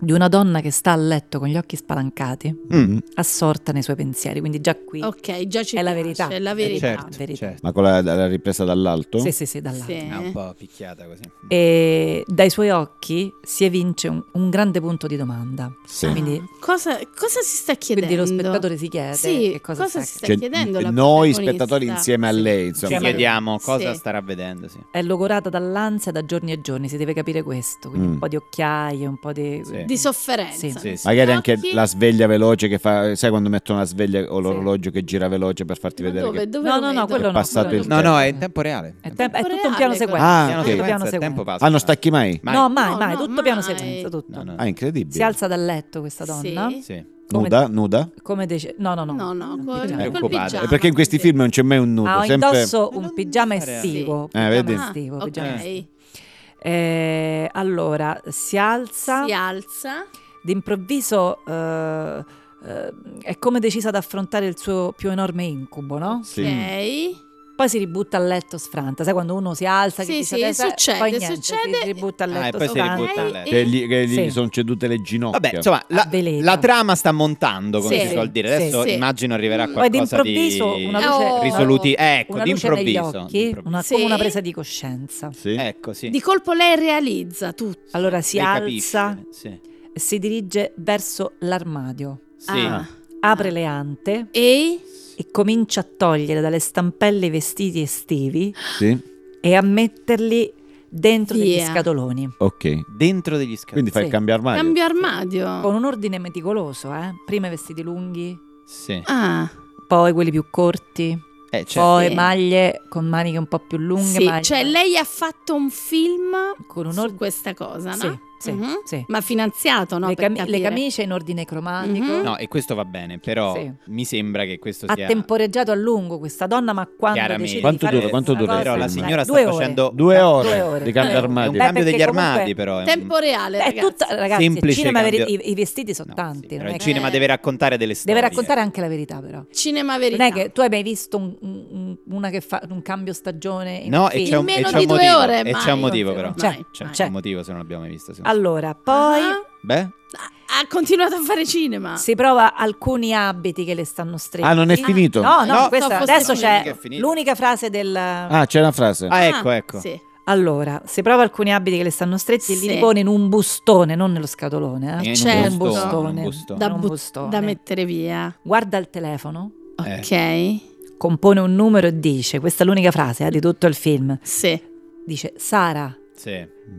[SPEAKER 8] di una donna che sta a letto con gli occhi spalancati,
[SPEAKER 7] Mm.
[SPEAKER 8] assorta nei suoi pensieri, quindi già qui
[SPEAKER 6] Ok, già ci
[SPEAKER 8] È la
[SPEAKER 6] piace,
[SPEAKER 8] verità.
[SPEAKER 6] È la
[SPEAKER 8] Eh,
[SPEAKER 6] verità.
[SPEAKER 5] Certo,
[SPEAKER 8] verità. Eh.
[SPEAKER 5] certo.
[SPEAKER 7] Ma con la, la ripresa dall'alto?
[SPEAKER 8] Sì, sì, sì, dall'alto.
[SPEAKER 6] Sì.
[SPEAKER 5] È
[SPEAKER 7] Ah, boh.
[SPEAKER 5] un po' picchiata così.
[SPEAKER 8] Eh, E dai suoi occhi si evince un, un grande punto di domanda.
[SPEAKER 7] Sì.
[SPEAKER 8] Quindi-
[SPEAKER 6] Ah, cosa, cosa si sta chiedendo?
[SPEAKER 8] Quindi lo spettatore si chiede
[SPEAKER 6] Sì,
[SPEAKER 8] che cosa, sta
[SPEAKER 6] si sta
[SPEAKER 7] Cioè,
[SPEAKER 6] chiedendo la
[SPEAKER 7] noi
[SPEAKER 6] protagonista?
[SPEAKER 7] spettatori insieme a lei,
[SPEAKER 5] Ci
[SPEAKER 7] insomma.
[SPEAKER 8] Sì, ma-
[SPEAKER 5] chiediamo cosa
[SPEAKER 6] Sì.
[SPEAKER 5] starà vedendo, sì.
[SPEAKER 8] È logorata dall'ansia da giorni e giorni, si deve capire questo, quindi
[SPEAKER 7] Mm.
[SPEAKER 8] un po' di occhiaie, un po' di...
[SPEAKER 5] Sì.
[SPEAKER 6] Di sofferenza.
[SPEAKER 5] Sì, sì.
[SPEAKER 7] Magari
[SPEAKER 6] Occhi.
[SPEAKER 7] anche la sveglia veloce che fa, sai quando mettono la sveglia o l'orologio che gira veloce per farti
[SPEAKER 6] Ma
[SPEAKER 7] vedere
[SPEAKER 6] dove,
[SPEAKER 7] che
[SPEAKER 6] dove
[SPEAKER 8] No,
[SPEAKER 6] lo
[SPEAKER 8] no,
[SPEAKER 6] vedo?
[SPEAKER 8] no, quello no.
[SPEAKER 7] passato
[SPEAKER 8] quello
[SPEAKER 7] il
[SPEAKER 8] no.
[SPEAKER 5] No, no, è in tempo reale.
[SPEAKER 8] Eh. È, tem- è
[SPEAKER 6] Tempo
[SPEAKER 8] tutto un piano
[SPEAKER 6] reale,
[SPEAKER 8] sequenza.
[SPEAKER 7] Ah,
[SPEAKER 5] Piano
[SPEAKER 7] ok.
[SPEAKER 8] Tutto
[SPEAKER 5] sequenza,
[SPEAKER 8] piano
[SPEAKER 5] il tempo
[SPEAKER 8] sequenza.
[SPEAKER 5] passa.
[SPEAKER 7] Ah, non stacchi mai?
[SPEAKER 5] Ma-
[SPEAKER 8] No, mai,
[SPEAKER 6] No,
[SPEAKER 8] mai,
[SPEAKER 6] no,
[SPEAKER 8] tutto piano
[SPEAKER 6] mai.
[SPEAKER 8] sequenza, tutto.
[SPEAKER 5] No, no.
[SPEAKER 7] Ah, incredibile.
[SPEAKER 8] Si alza dal letto questa donna.
[SPEAKER 6] Sì.
[SPEAKER 5] Sì.
[SPEAKER 8] come-
[SPEAKER 7] Nuda, nuda?
[SPEAKER 8] Come dice... No, no, no.
[SPEAKER 6] No, no,
[SPEAKER 8] Un
[SPEAKER 6] col-
[SPEAKER 8] pigiama.
[SPEAKER 6] col
[SPEAKER 5] preoccupata.
[SPEAKER 6] pigiama.
[SPEAKER 7] Eh, perché in questi
[SPEAKER 6] Sì.
[SPEAKER 7] film non c'è mai un nudo,
[SPEAKER 8] Ha
[SPEAKER 7] sempre
[SPEAKER 8] Ah, indosso
[SPEAKER 5] Ma non
[SPEAKER 8] un pigiama
[SPEAKER 5] fare-
[SPEAKER 8] estivo.
[SPEAKER 7] Sì. Eh, vedi?
[SPEAKER 8] pigiama estivo,
[SPEAKER 6] Ah,
[SPEAKER 8] pigiama
[SPEAKER 6] ok.
[SPEAKER 8] estivo. Eh, allora, si alza,
[SPEAKER 6] Si alza.
[SPEAKER 8] d'improvviso eh, eh, è come decisa ad affrontare il suo più enorme incubo, no?
[SPEAKER 7] Sì.
[SPEAKER 6] Ok.
[SPEAKER 8] Poi si ributta a letto sfranta, sai quando uno si alza,
[SPEAKER 6] Sì,
[SPEAKER 8] che dice
[SPEAKER 6] sì,
[SPEAKER 8] adesso, eh,
[SPEAKER 6] succede,
[SPEAKER 8] poi niente,
[SPEAKER 6] succede.
[SPEAKER 8] si ributta a
[SPEAKER 5] Ah, e
[SPEAKER 8] letto
[SPEAKER 5] poi si
[SPEAKER 8] sfranta.
[SPEAKER 5] ributta a letto.
[SPEAKER 7] che gli, che gli
[SPEAKER 8] Sì.
[SPEAKER 7] sono cedute le ginocchia.
[SPEAKER 5] Vabbè, insomma, la,
[SPEAKER 8] Avvelena.
[SPEAKER 5] la trama sta montando, come
[SPEAKER 6] Sì.
[SPEAKER 5] si suol dire.
[SPEAKER 8] Ah, Sì. Mm. Eh,
[SPEAKER 5] Adesso
[SPEAKER 6] Sì.
[SPEAKER 5] immagino arriverà
[SPEAKER 6] Poi
[SPEAKER 5] qualcosa
[SPEAKER 8] d'improvviso
[SPEAKER 5] di
[SPEAKER 8] una
[SPEAKER 6] luce- Oh.
[SPEAKER 5] risoluti. Ecco,
[SPEAKER 8] una luce negli
[SPEAKER 5] d'improvviso.
[SPEAKER 8] occhi,
[SPEAKER 5] d'improvviso.
[SPEAKER 8] una,
[SPEAKER 6] Sì.
[SPEAKER 8] come una presa di coscienza.
[SPEAKER 7] Sì.
[SPEAKER 5] Ecco, sì.
[SPEAKER 6] Di colpo lei realizza tutto.
[SPEAKER 8] Allora si
[SPEAKER 5] Lei capisce,
[SPEAKER 8] alza,
[SPEAKER 5] Sì.
[SPEAKER 8] si dirige verso l'armadio,
[SPEAKER 5] Sì.
[SPEAKER 6] Ah.
[SPEAKER 8] apre le ante
[SPEAKER 6] E
[SPEAKER 8] e comincia a togliere dalle stampelle i vestiti estivi
[SPEAKER 7] Sì.
[SPEAKER 8] e a metterli dentro degli
[SPEAKER 6] Via.
[SPEAKER 8] scatoloni.
[SPEAKER 7] Ok.
[SPEAKER 5] Dentro degli scaffali.
[SPEAKER 7] Quindi fai
[SPEAKER 8] Sì.
[SPEAKER 7] il cambio armadio.
[SPEAKER 6] cambio armadio.
[SPEAKER 8] Con un ordine meticoloso, eh? Prima i vestiti lunghi,
[SPEAKER 5] Sì.
[SPEAKER 6] Ah,
[SPEAKER 8] Poi quelli più corti,
[SPEAKER 5] Eh, cioè,
[SPEAKER 8] poi
[SPEAKER 6] Sì.
[SPEAKER 8] maglie con maniche un po' più lunghe.
[SPEAKER 6] sì,
[SPEAKER 8] maglie-
[SPEAKER 6] cioè lei ha fatto un film
[SPEAKER 8] con un
[SPEAKER 6] su
[SPEAKER 8] ordine.
[SPEAKER 6] questa cosa, no?
[SPEAKER 8] Sì, sì,
[SPEAKER 6] Mhm.
[SPEAKER 8] sì.
[SPEAKER 6] Ma finanziato, no?
[SPEAKER 8] le,
[SPEAKER 6] per
[SPEAKER 8] cami- le
[SPEAKER 6] capire.
[SPEAKER 8] camicie in ordine cromatico.
[SPEAKER 6] Mhm.
[SPEAKER 5] No, e questo va bene, però
[SPEAKER 8] Sì.
[SPEAKER 5] mi sembra che questo
[SPEAKER 8] Ha
[SPEAKER 5] sia...
[SPEAKER 8] temporeggiato a lungo questa donna, ma quando
[SPEAKER 5] Chiaramente.
[SPEAKER 8] decide
[SPEAKER 7] Quanto
[SPEAKER 8] di fare
[SPEAKER 7] dura- quanto
[SPEAKER 8] questa
[SPEAKER 7] dura il
[SPEAKER 8] cosa-
[SPEAKER 5] Però la
[SPEAKER 7] Sì.
[SPEAKER 5] signora sta
[SPEAKER 8] Due ore.
[SPEAKER 5] facendo...
[SPEAKER 7] Due ore,
[SPEAKER 8] Due ore.
[SPEAKER 7] di cambi
[SPEAKER 8] Eh,
[SPEAKER 5] È un
[SPEAKER 7] armati.
[SPEAKER 8] Beh,
[SPEAKER 5] cambio degli
[SPEAKER 8] perché comunque-
[SPEAKER 5] armadi, però. è un-
[SPEAKER 6] Tempo reale,
[SPEAKER 8] Beh, è
[SPEAKER 6] ragazzi.
[SPEAKER 8] tutta, ragazzi, il
[SPEAKER 5] Semplice
[SPEAKER 8] cinema
[SPEAKER 5] cambio-
[SPEAKER 8] veri- i, i vestiti sono
[SPEAKER 5] No, sì,
[SPEAKER 8] tanti. non
[SPEAKER 5] però
[SPEAKER 8] è
[SPEAKER 5] il
[SPEAKER 8] che-
[SPEAKER 5] cinema deve raccontare delle storie.
[SPEAKER 8] Deve raccontare anche la verità, però.
[SPEAKER 6] Cinema verità.
[SPEAKER 8] Non è che tu hai mai visto un- un- una che fa un cambio stagione in
[SPEAKER 5] No,
[SPEAKER 8] un
[SPEAKER 5] e
[SPEAKER 8] film?
[SPEAKER 5] c'è un,
[SPEAKER 6] In
[SPEAKER 5] e
[SPEAKER 6] meno
[SPEAKER 5] c'è un
[SPEAKER 6] di due
[SPEAKER 5] motivo.
[SPEAKER 6] ore,
[SPEAKER 5] e
[SPEAKER 6] mai,
[SPEAKER 5] c'è un motivo, però.
[SPEAKER 6] confermo.
[SPEAKER 8] C'è,
[SPEAKER 6] Mai,
[SPEAKER 5] C'è,
[SPEAKER 6] mai.
[SPEAKER 5] c'è un motivo se non l'abbiamo mai visto. secondo me.
[SPEAKER 8] Allora, poi
[SPEAKER 6] Ah,
[SPEAKER 5] Beh,
[SPEAKER 6] ha continuato a fare cinema.
[SPEAKER 8] si prova alcuni abiti che le stanno stretti.
[SPEAKER 7] Ah, non è finito?
[SPEAKER 8] No, no,
[SPEAKER 5] No,
[SPEAKER 8] questa-
[SPEAKER 6] no, forse
[SPEAKER 8] adesso
[SPEAKER 6] no.
[SPEAKER 5] Mica è
[SPEAKER 8] c'è
[SPEAKER 5] finito.
[SPEAKER 8] l'unica frase del...
[SPEAKER 7] Ah, c'è una frase.
[SPEAKER 5] ah, ecco, ecco.
[SPEAKER 6] Sì.
[SPEAKER 8] Allora, si prova alcuni abiti che le stanno stretti e
[SPEAKER 6] Sì.
[SPEAKER 8] li ripone in un bustone, non nello scatolone. Eh?
[SPEAKER 5] In un
[SPEAKER 6] Certo.
[SPEAKER 8] un
[SPEAKER 5] bustone, in un
[SPEAKER 8] bustone.
[SPEAKER 5] bustone.
[SPEAKER 6] Da,
[SPEAKER 8] in un
[SPEAKER 6] but-
[SPEAKER 8] bustone.
[SPEAKER 6] da mettere via.
[SPEAKER 8] Guarda il telefono,
[SPEAKER 7] Eh.
[SPEAKER 6] Ok.
[SPEAKER 8] compone un numero e dice, questa è l'unica frase eh, di tutto il film,
[SPEAKER 6] Sì.
[SPEAKER 8] dice Sara,
[SPEAKER 5] Sì.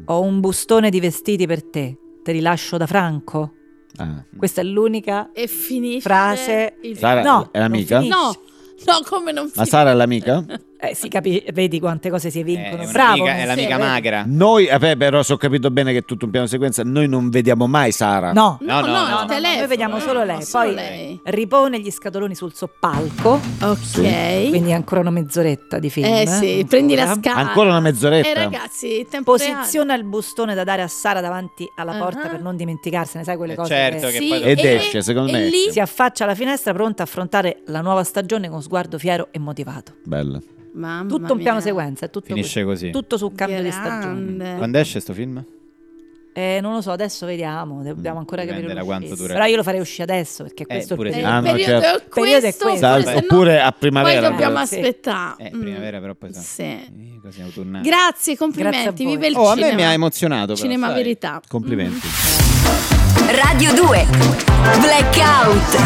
[SPEAKER 8] ho un bustone di vestiti per te, te li lascio da Franco.
[SPEAKER 6] Mm.
[SPEAKER 7] Ah.
[SPEAKER 8] Questa è l'unica...
[SPEAKER 6] E finisce.
[SPEAKER 8] Frase-
[SPEAKER 6] il-
[SPEAKER 7] Sara
[SPEAKER 8] No,
[SPEAKER 7] è l'amica?
[SPEAKER 8] non
[SPEAKER 6] No, no, come non
[SPEAKER 7] Ma
[SPEAKER 6] finisce.
[SPEAKER 7] Sara è l'amica?
[SPEAKER 8] Eh, si capisce, vedi quante cose si
[SPEAKER 5] È,
[SPEAKER 6] Eh,
[SPEAKER 8] vincono.
[SPEAKER 5] un'amica-
[SPEAKER 8] Bravo.
[SPEAKER 5] è l'amica
[SPEAKER 6] sì,
[SPEAKER 5] magra.
[SPEAKER 7] Noi, eh, vabbè, però se ho capito bene che è tutto un piano sequenza, noi non vediamo mai
[SPEAKER 6] eh.
[SPEAKER 7] Sara.
[SPEAKER 8] No,
[SPEAKER 5] No, no, no, no,
[SPEAKER 6] il
[SPEAKER 5] no,
[SPEAKER 6] telefono.
[SPEAKER 8] noi vediamo solo lei,
[SPEAKER 6] Solo
[SPEAKER 8] poi-
[SPEAKER 6] lei.
[SPEAKER 8] ripone gli scatoloni sul soppalco,
[SPEAKER 6] Ok.
[SPEAKER 8] quindi ancora una mezz'oretta di film.
[SPEAKER 6] Eh sì, prendi la
[SPEAKER 8] ancora.
[SPEAKER 6] scala.
[SPEAKER 7] Ancora una mezz'oretta.
[SPEAKER 6] Eh ragazzi, tempo reale.
[SPEAKER 8] Posiziona il bustone da dare a Sara davanti alla porta
[SPEAKER 6] Ah.
[SPEAKER 8] per non dimenticarsene, sai quelle
[SPEAKER 5] Eh,
[SPEAKER 8] cose.
[SPEAKER 5] certo
[SPEAKER 8] che-
[SPEAKER 5] che
[SPEAKER 6] Sì,
[SPEAKER 5] poi...
[SPEAKER 7] Ed esce,
[SPEAKER 6] e
[SPEAKER 7] secondo me
[SPEAKER 6] Lì,
[SPEAKER 8] Si affaccia alla finestra pronta a affrontare la nuova stagione con sguardo fiero e motivato.
[SPEAKER 7] Bello.
[SPEAKER 6] Mamma
[SPEAKER 8] Tutto un piano
[SPEAKER 6] mia.
[SPEAKER 8] sequenza, è tutto,
[SPEAKER 5] Finisce così.
[SPEAKER 8] questo. tutto sul cambio di stagione.
[SPEAKER 6] Grande.
[SPEAKER 5] Quando esce sto film?
[SPEAKER 8] Eh, non lo so, adesso vediamo, dobbiamo ancora
[SPEAKER 5] Mm, Dipende
[SPEAKER 8] capire
[SPEAKER 5] da quanto
[SPEAKER 8] l'uscita.
[SPEAKER 5] dura.
[SPEAKER 8] Però io lo farei uscire adesso perché questo è
[SPEAKER 5] pure
[SPEAKER 8] il
[SPEAKER 5] sì.
[SPEAKER 6] Eh,
[SPEAKER 8] periodo.
[SPEAKER 7] Ah, no,
[SPEAKER 6] periodo,
[SPEAKER 7] certo.
[SPEAKER 6] è
[SPEAKER 8] Periodo è
[SPEAKER 6] questo,
[SPEAKER 8] questo.
[SPEAKER 7] Sa-
[SPEAKER 6] oppure se no-
[SPEAKER 7] oppure a
[SPEAKER 6] Poi
[SPEAKER 7] primavera.
[SPEAKER 6] dobbiamo
[SPEAKER 8] Sì.
[SPEAKER 6] aspettare.
[SPEAKER 5] Eh,
[SPEAKER 6] Mm.
[SPEAKER 5] primavera però poi... sa-
[SPEAKER 6] Sì.
[SPEAKER 5] Eh, Cose autunnali.
[SPEAKER 6] Grazie,
[SPEAKER 8] Grazie
[SPEAKER 6] complimenti.
[SPEAKER 8] a voi.
[SPEAKER 6] Vive il
[SPEAKER 5] Oh, a
[SPEAKER 6] cinema.
[SPEAKER 5] me mi ha emozionato però,
[SPEAKER 6] Cinema
[SPEAKER 5] sai.
[SPEAKER 6] verità. Mm.
[SPEAKER 7] Complimenti.
[SPEAKER 2] Radio 2 Blackout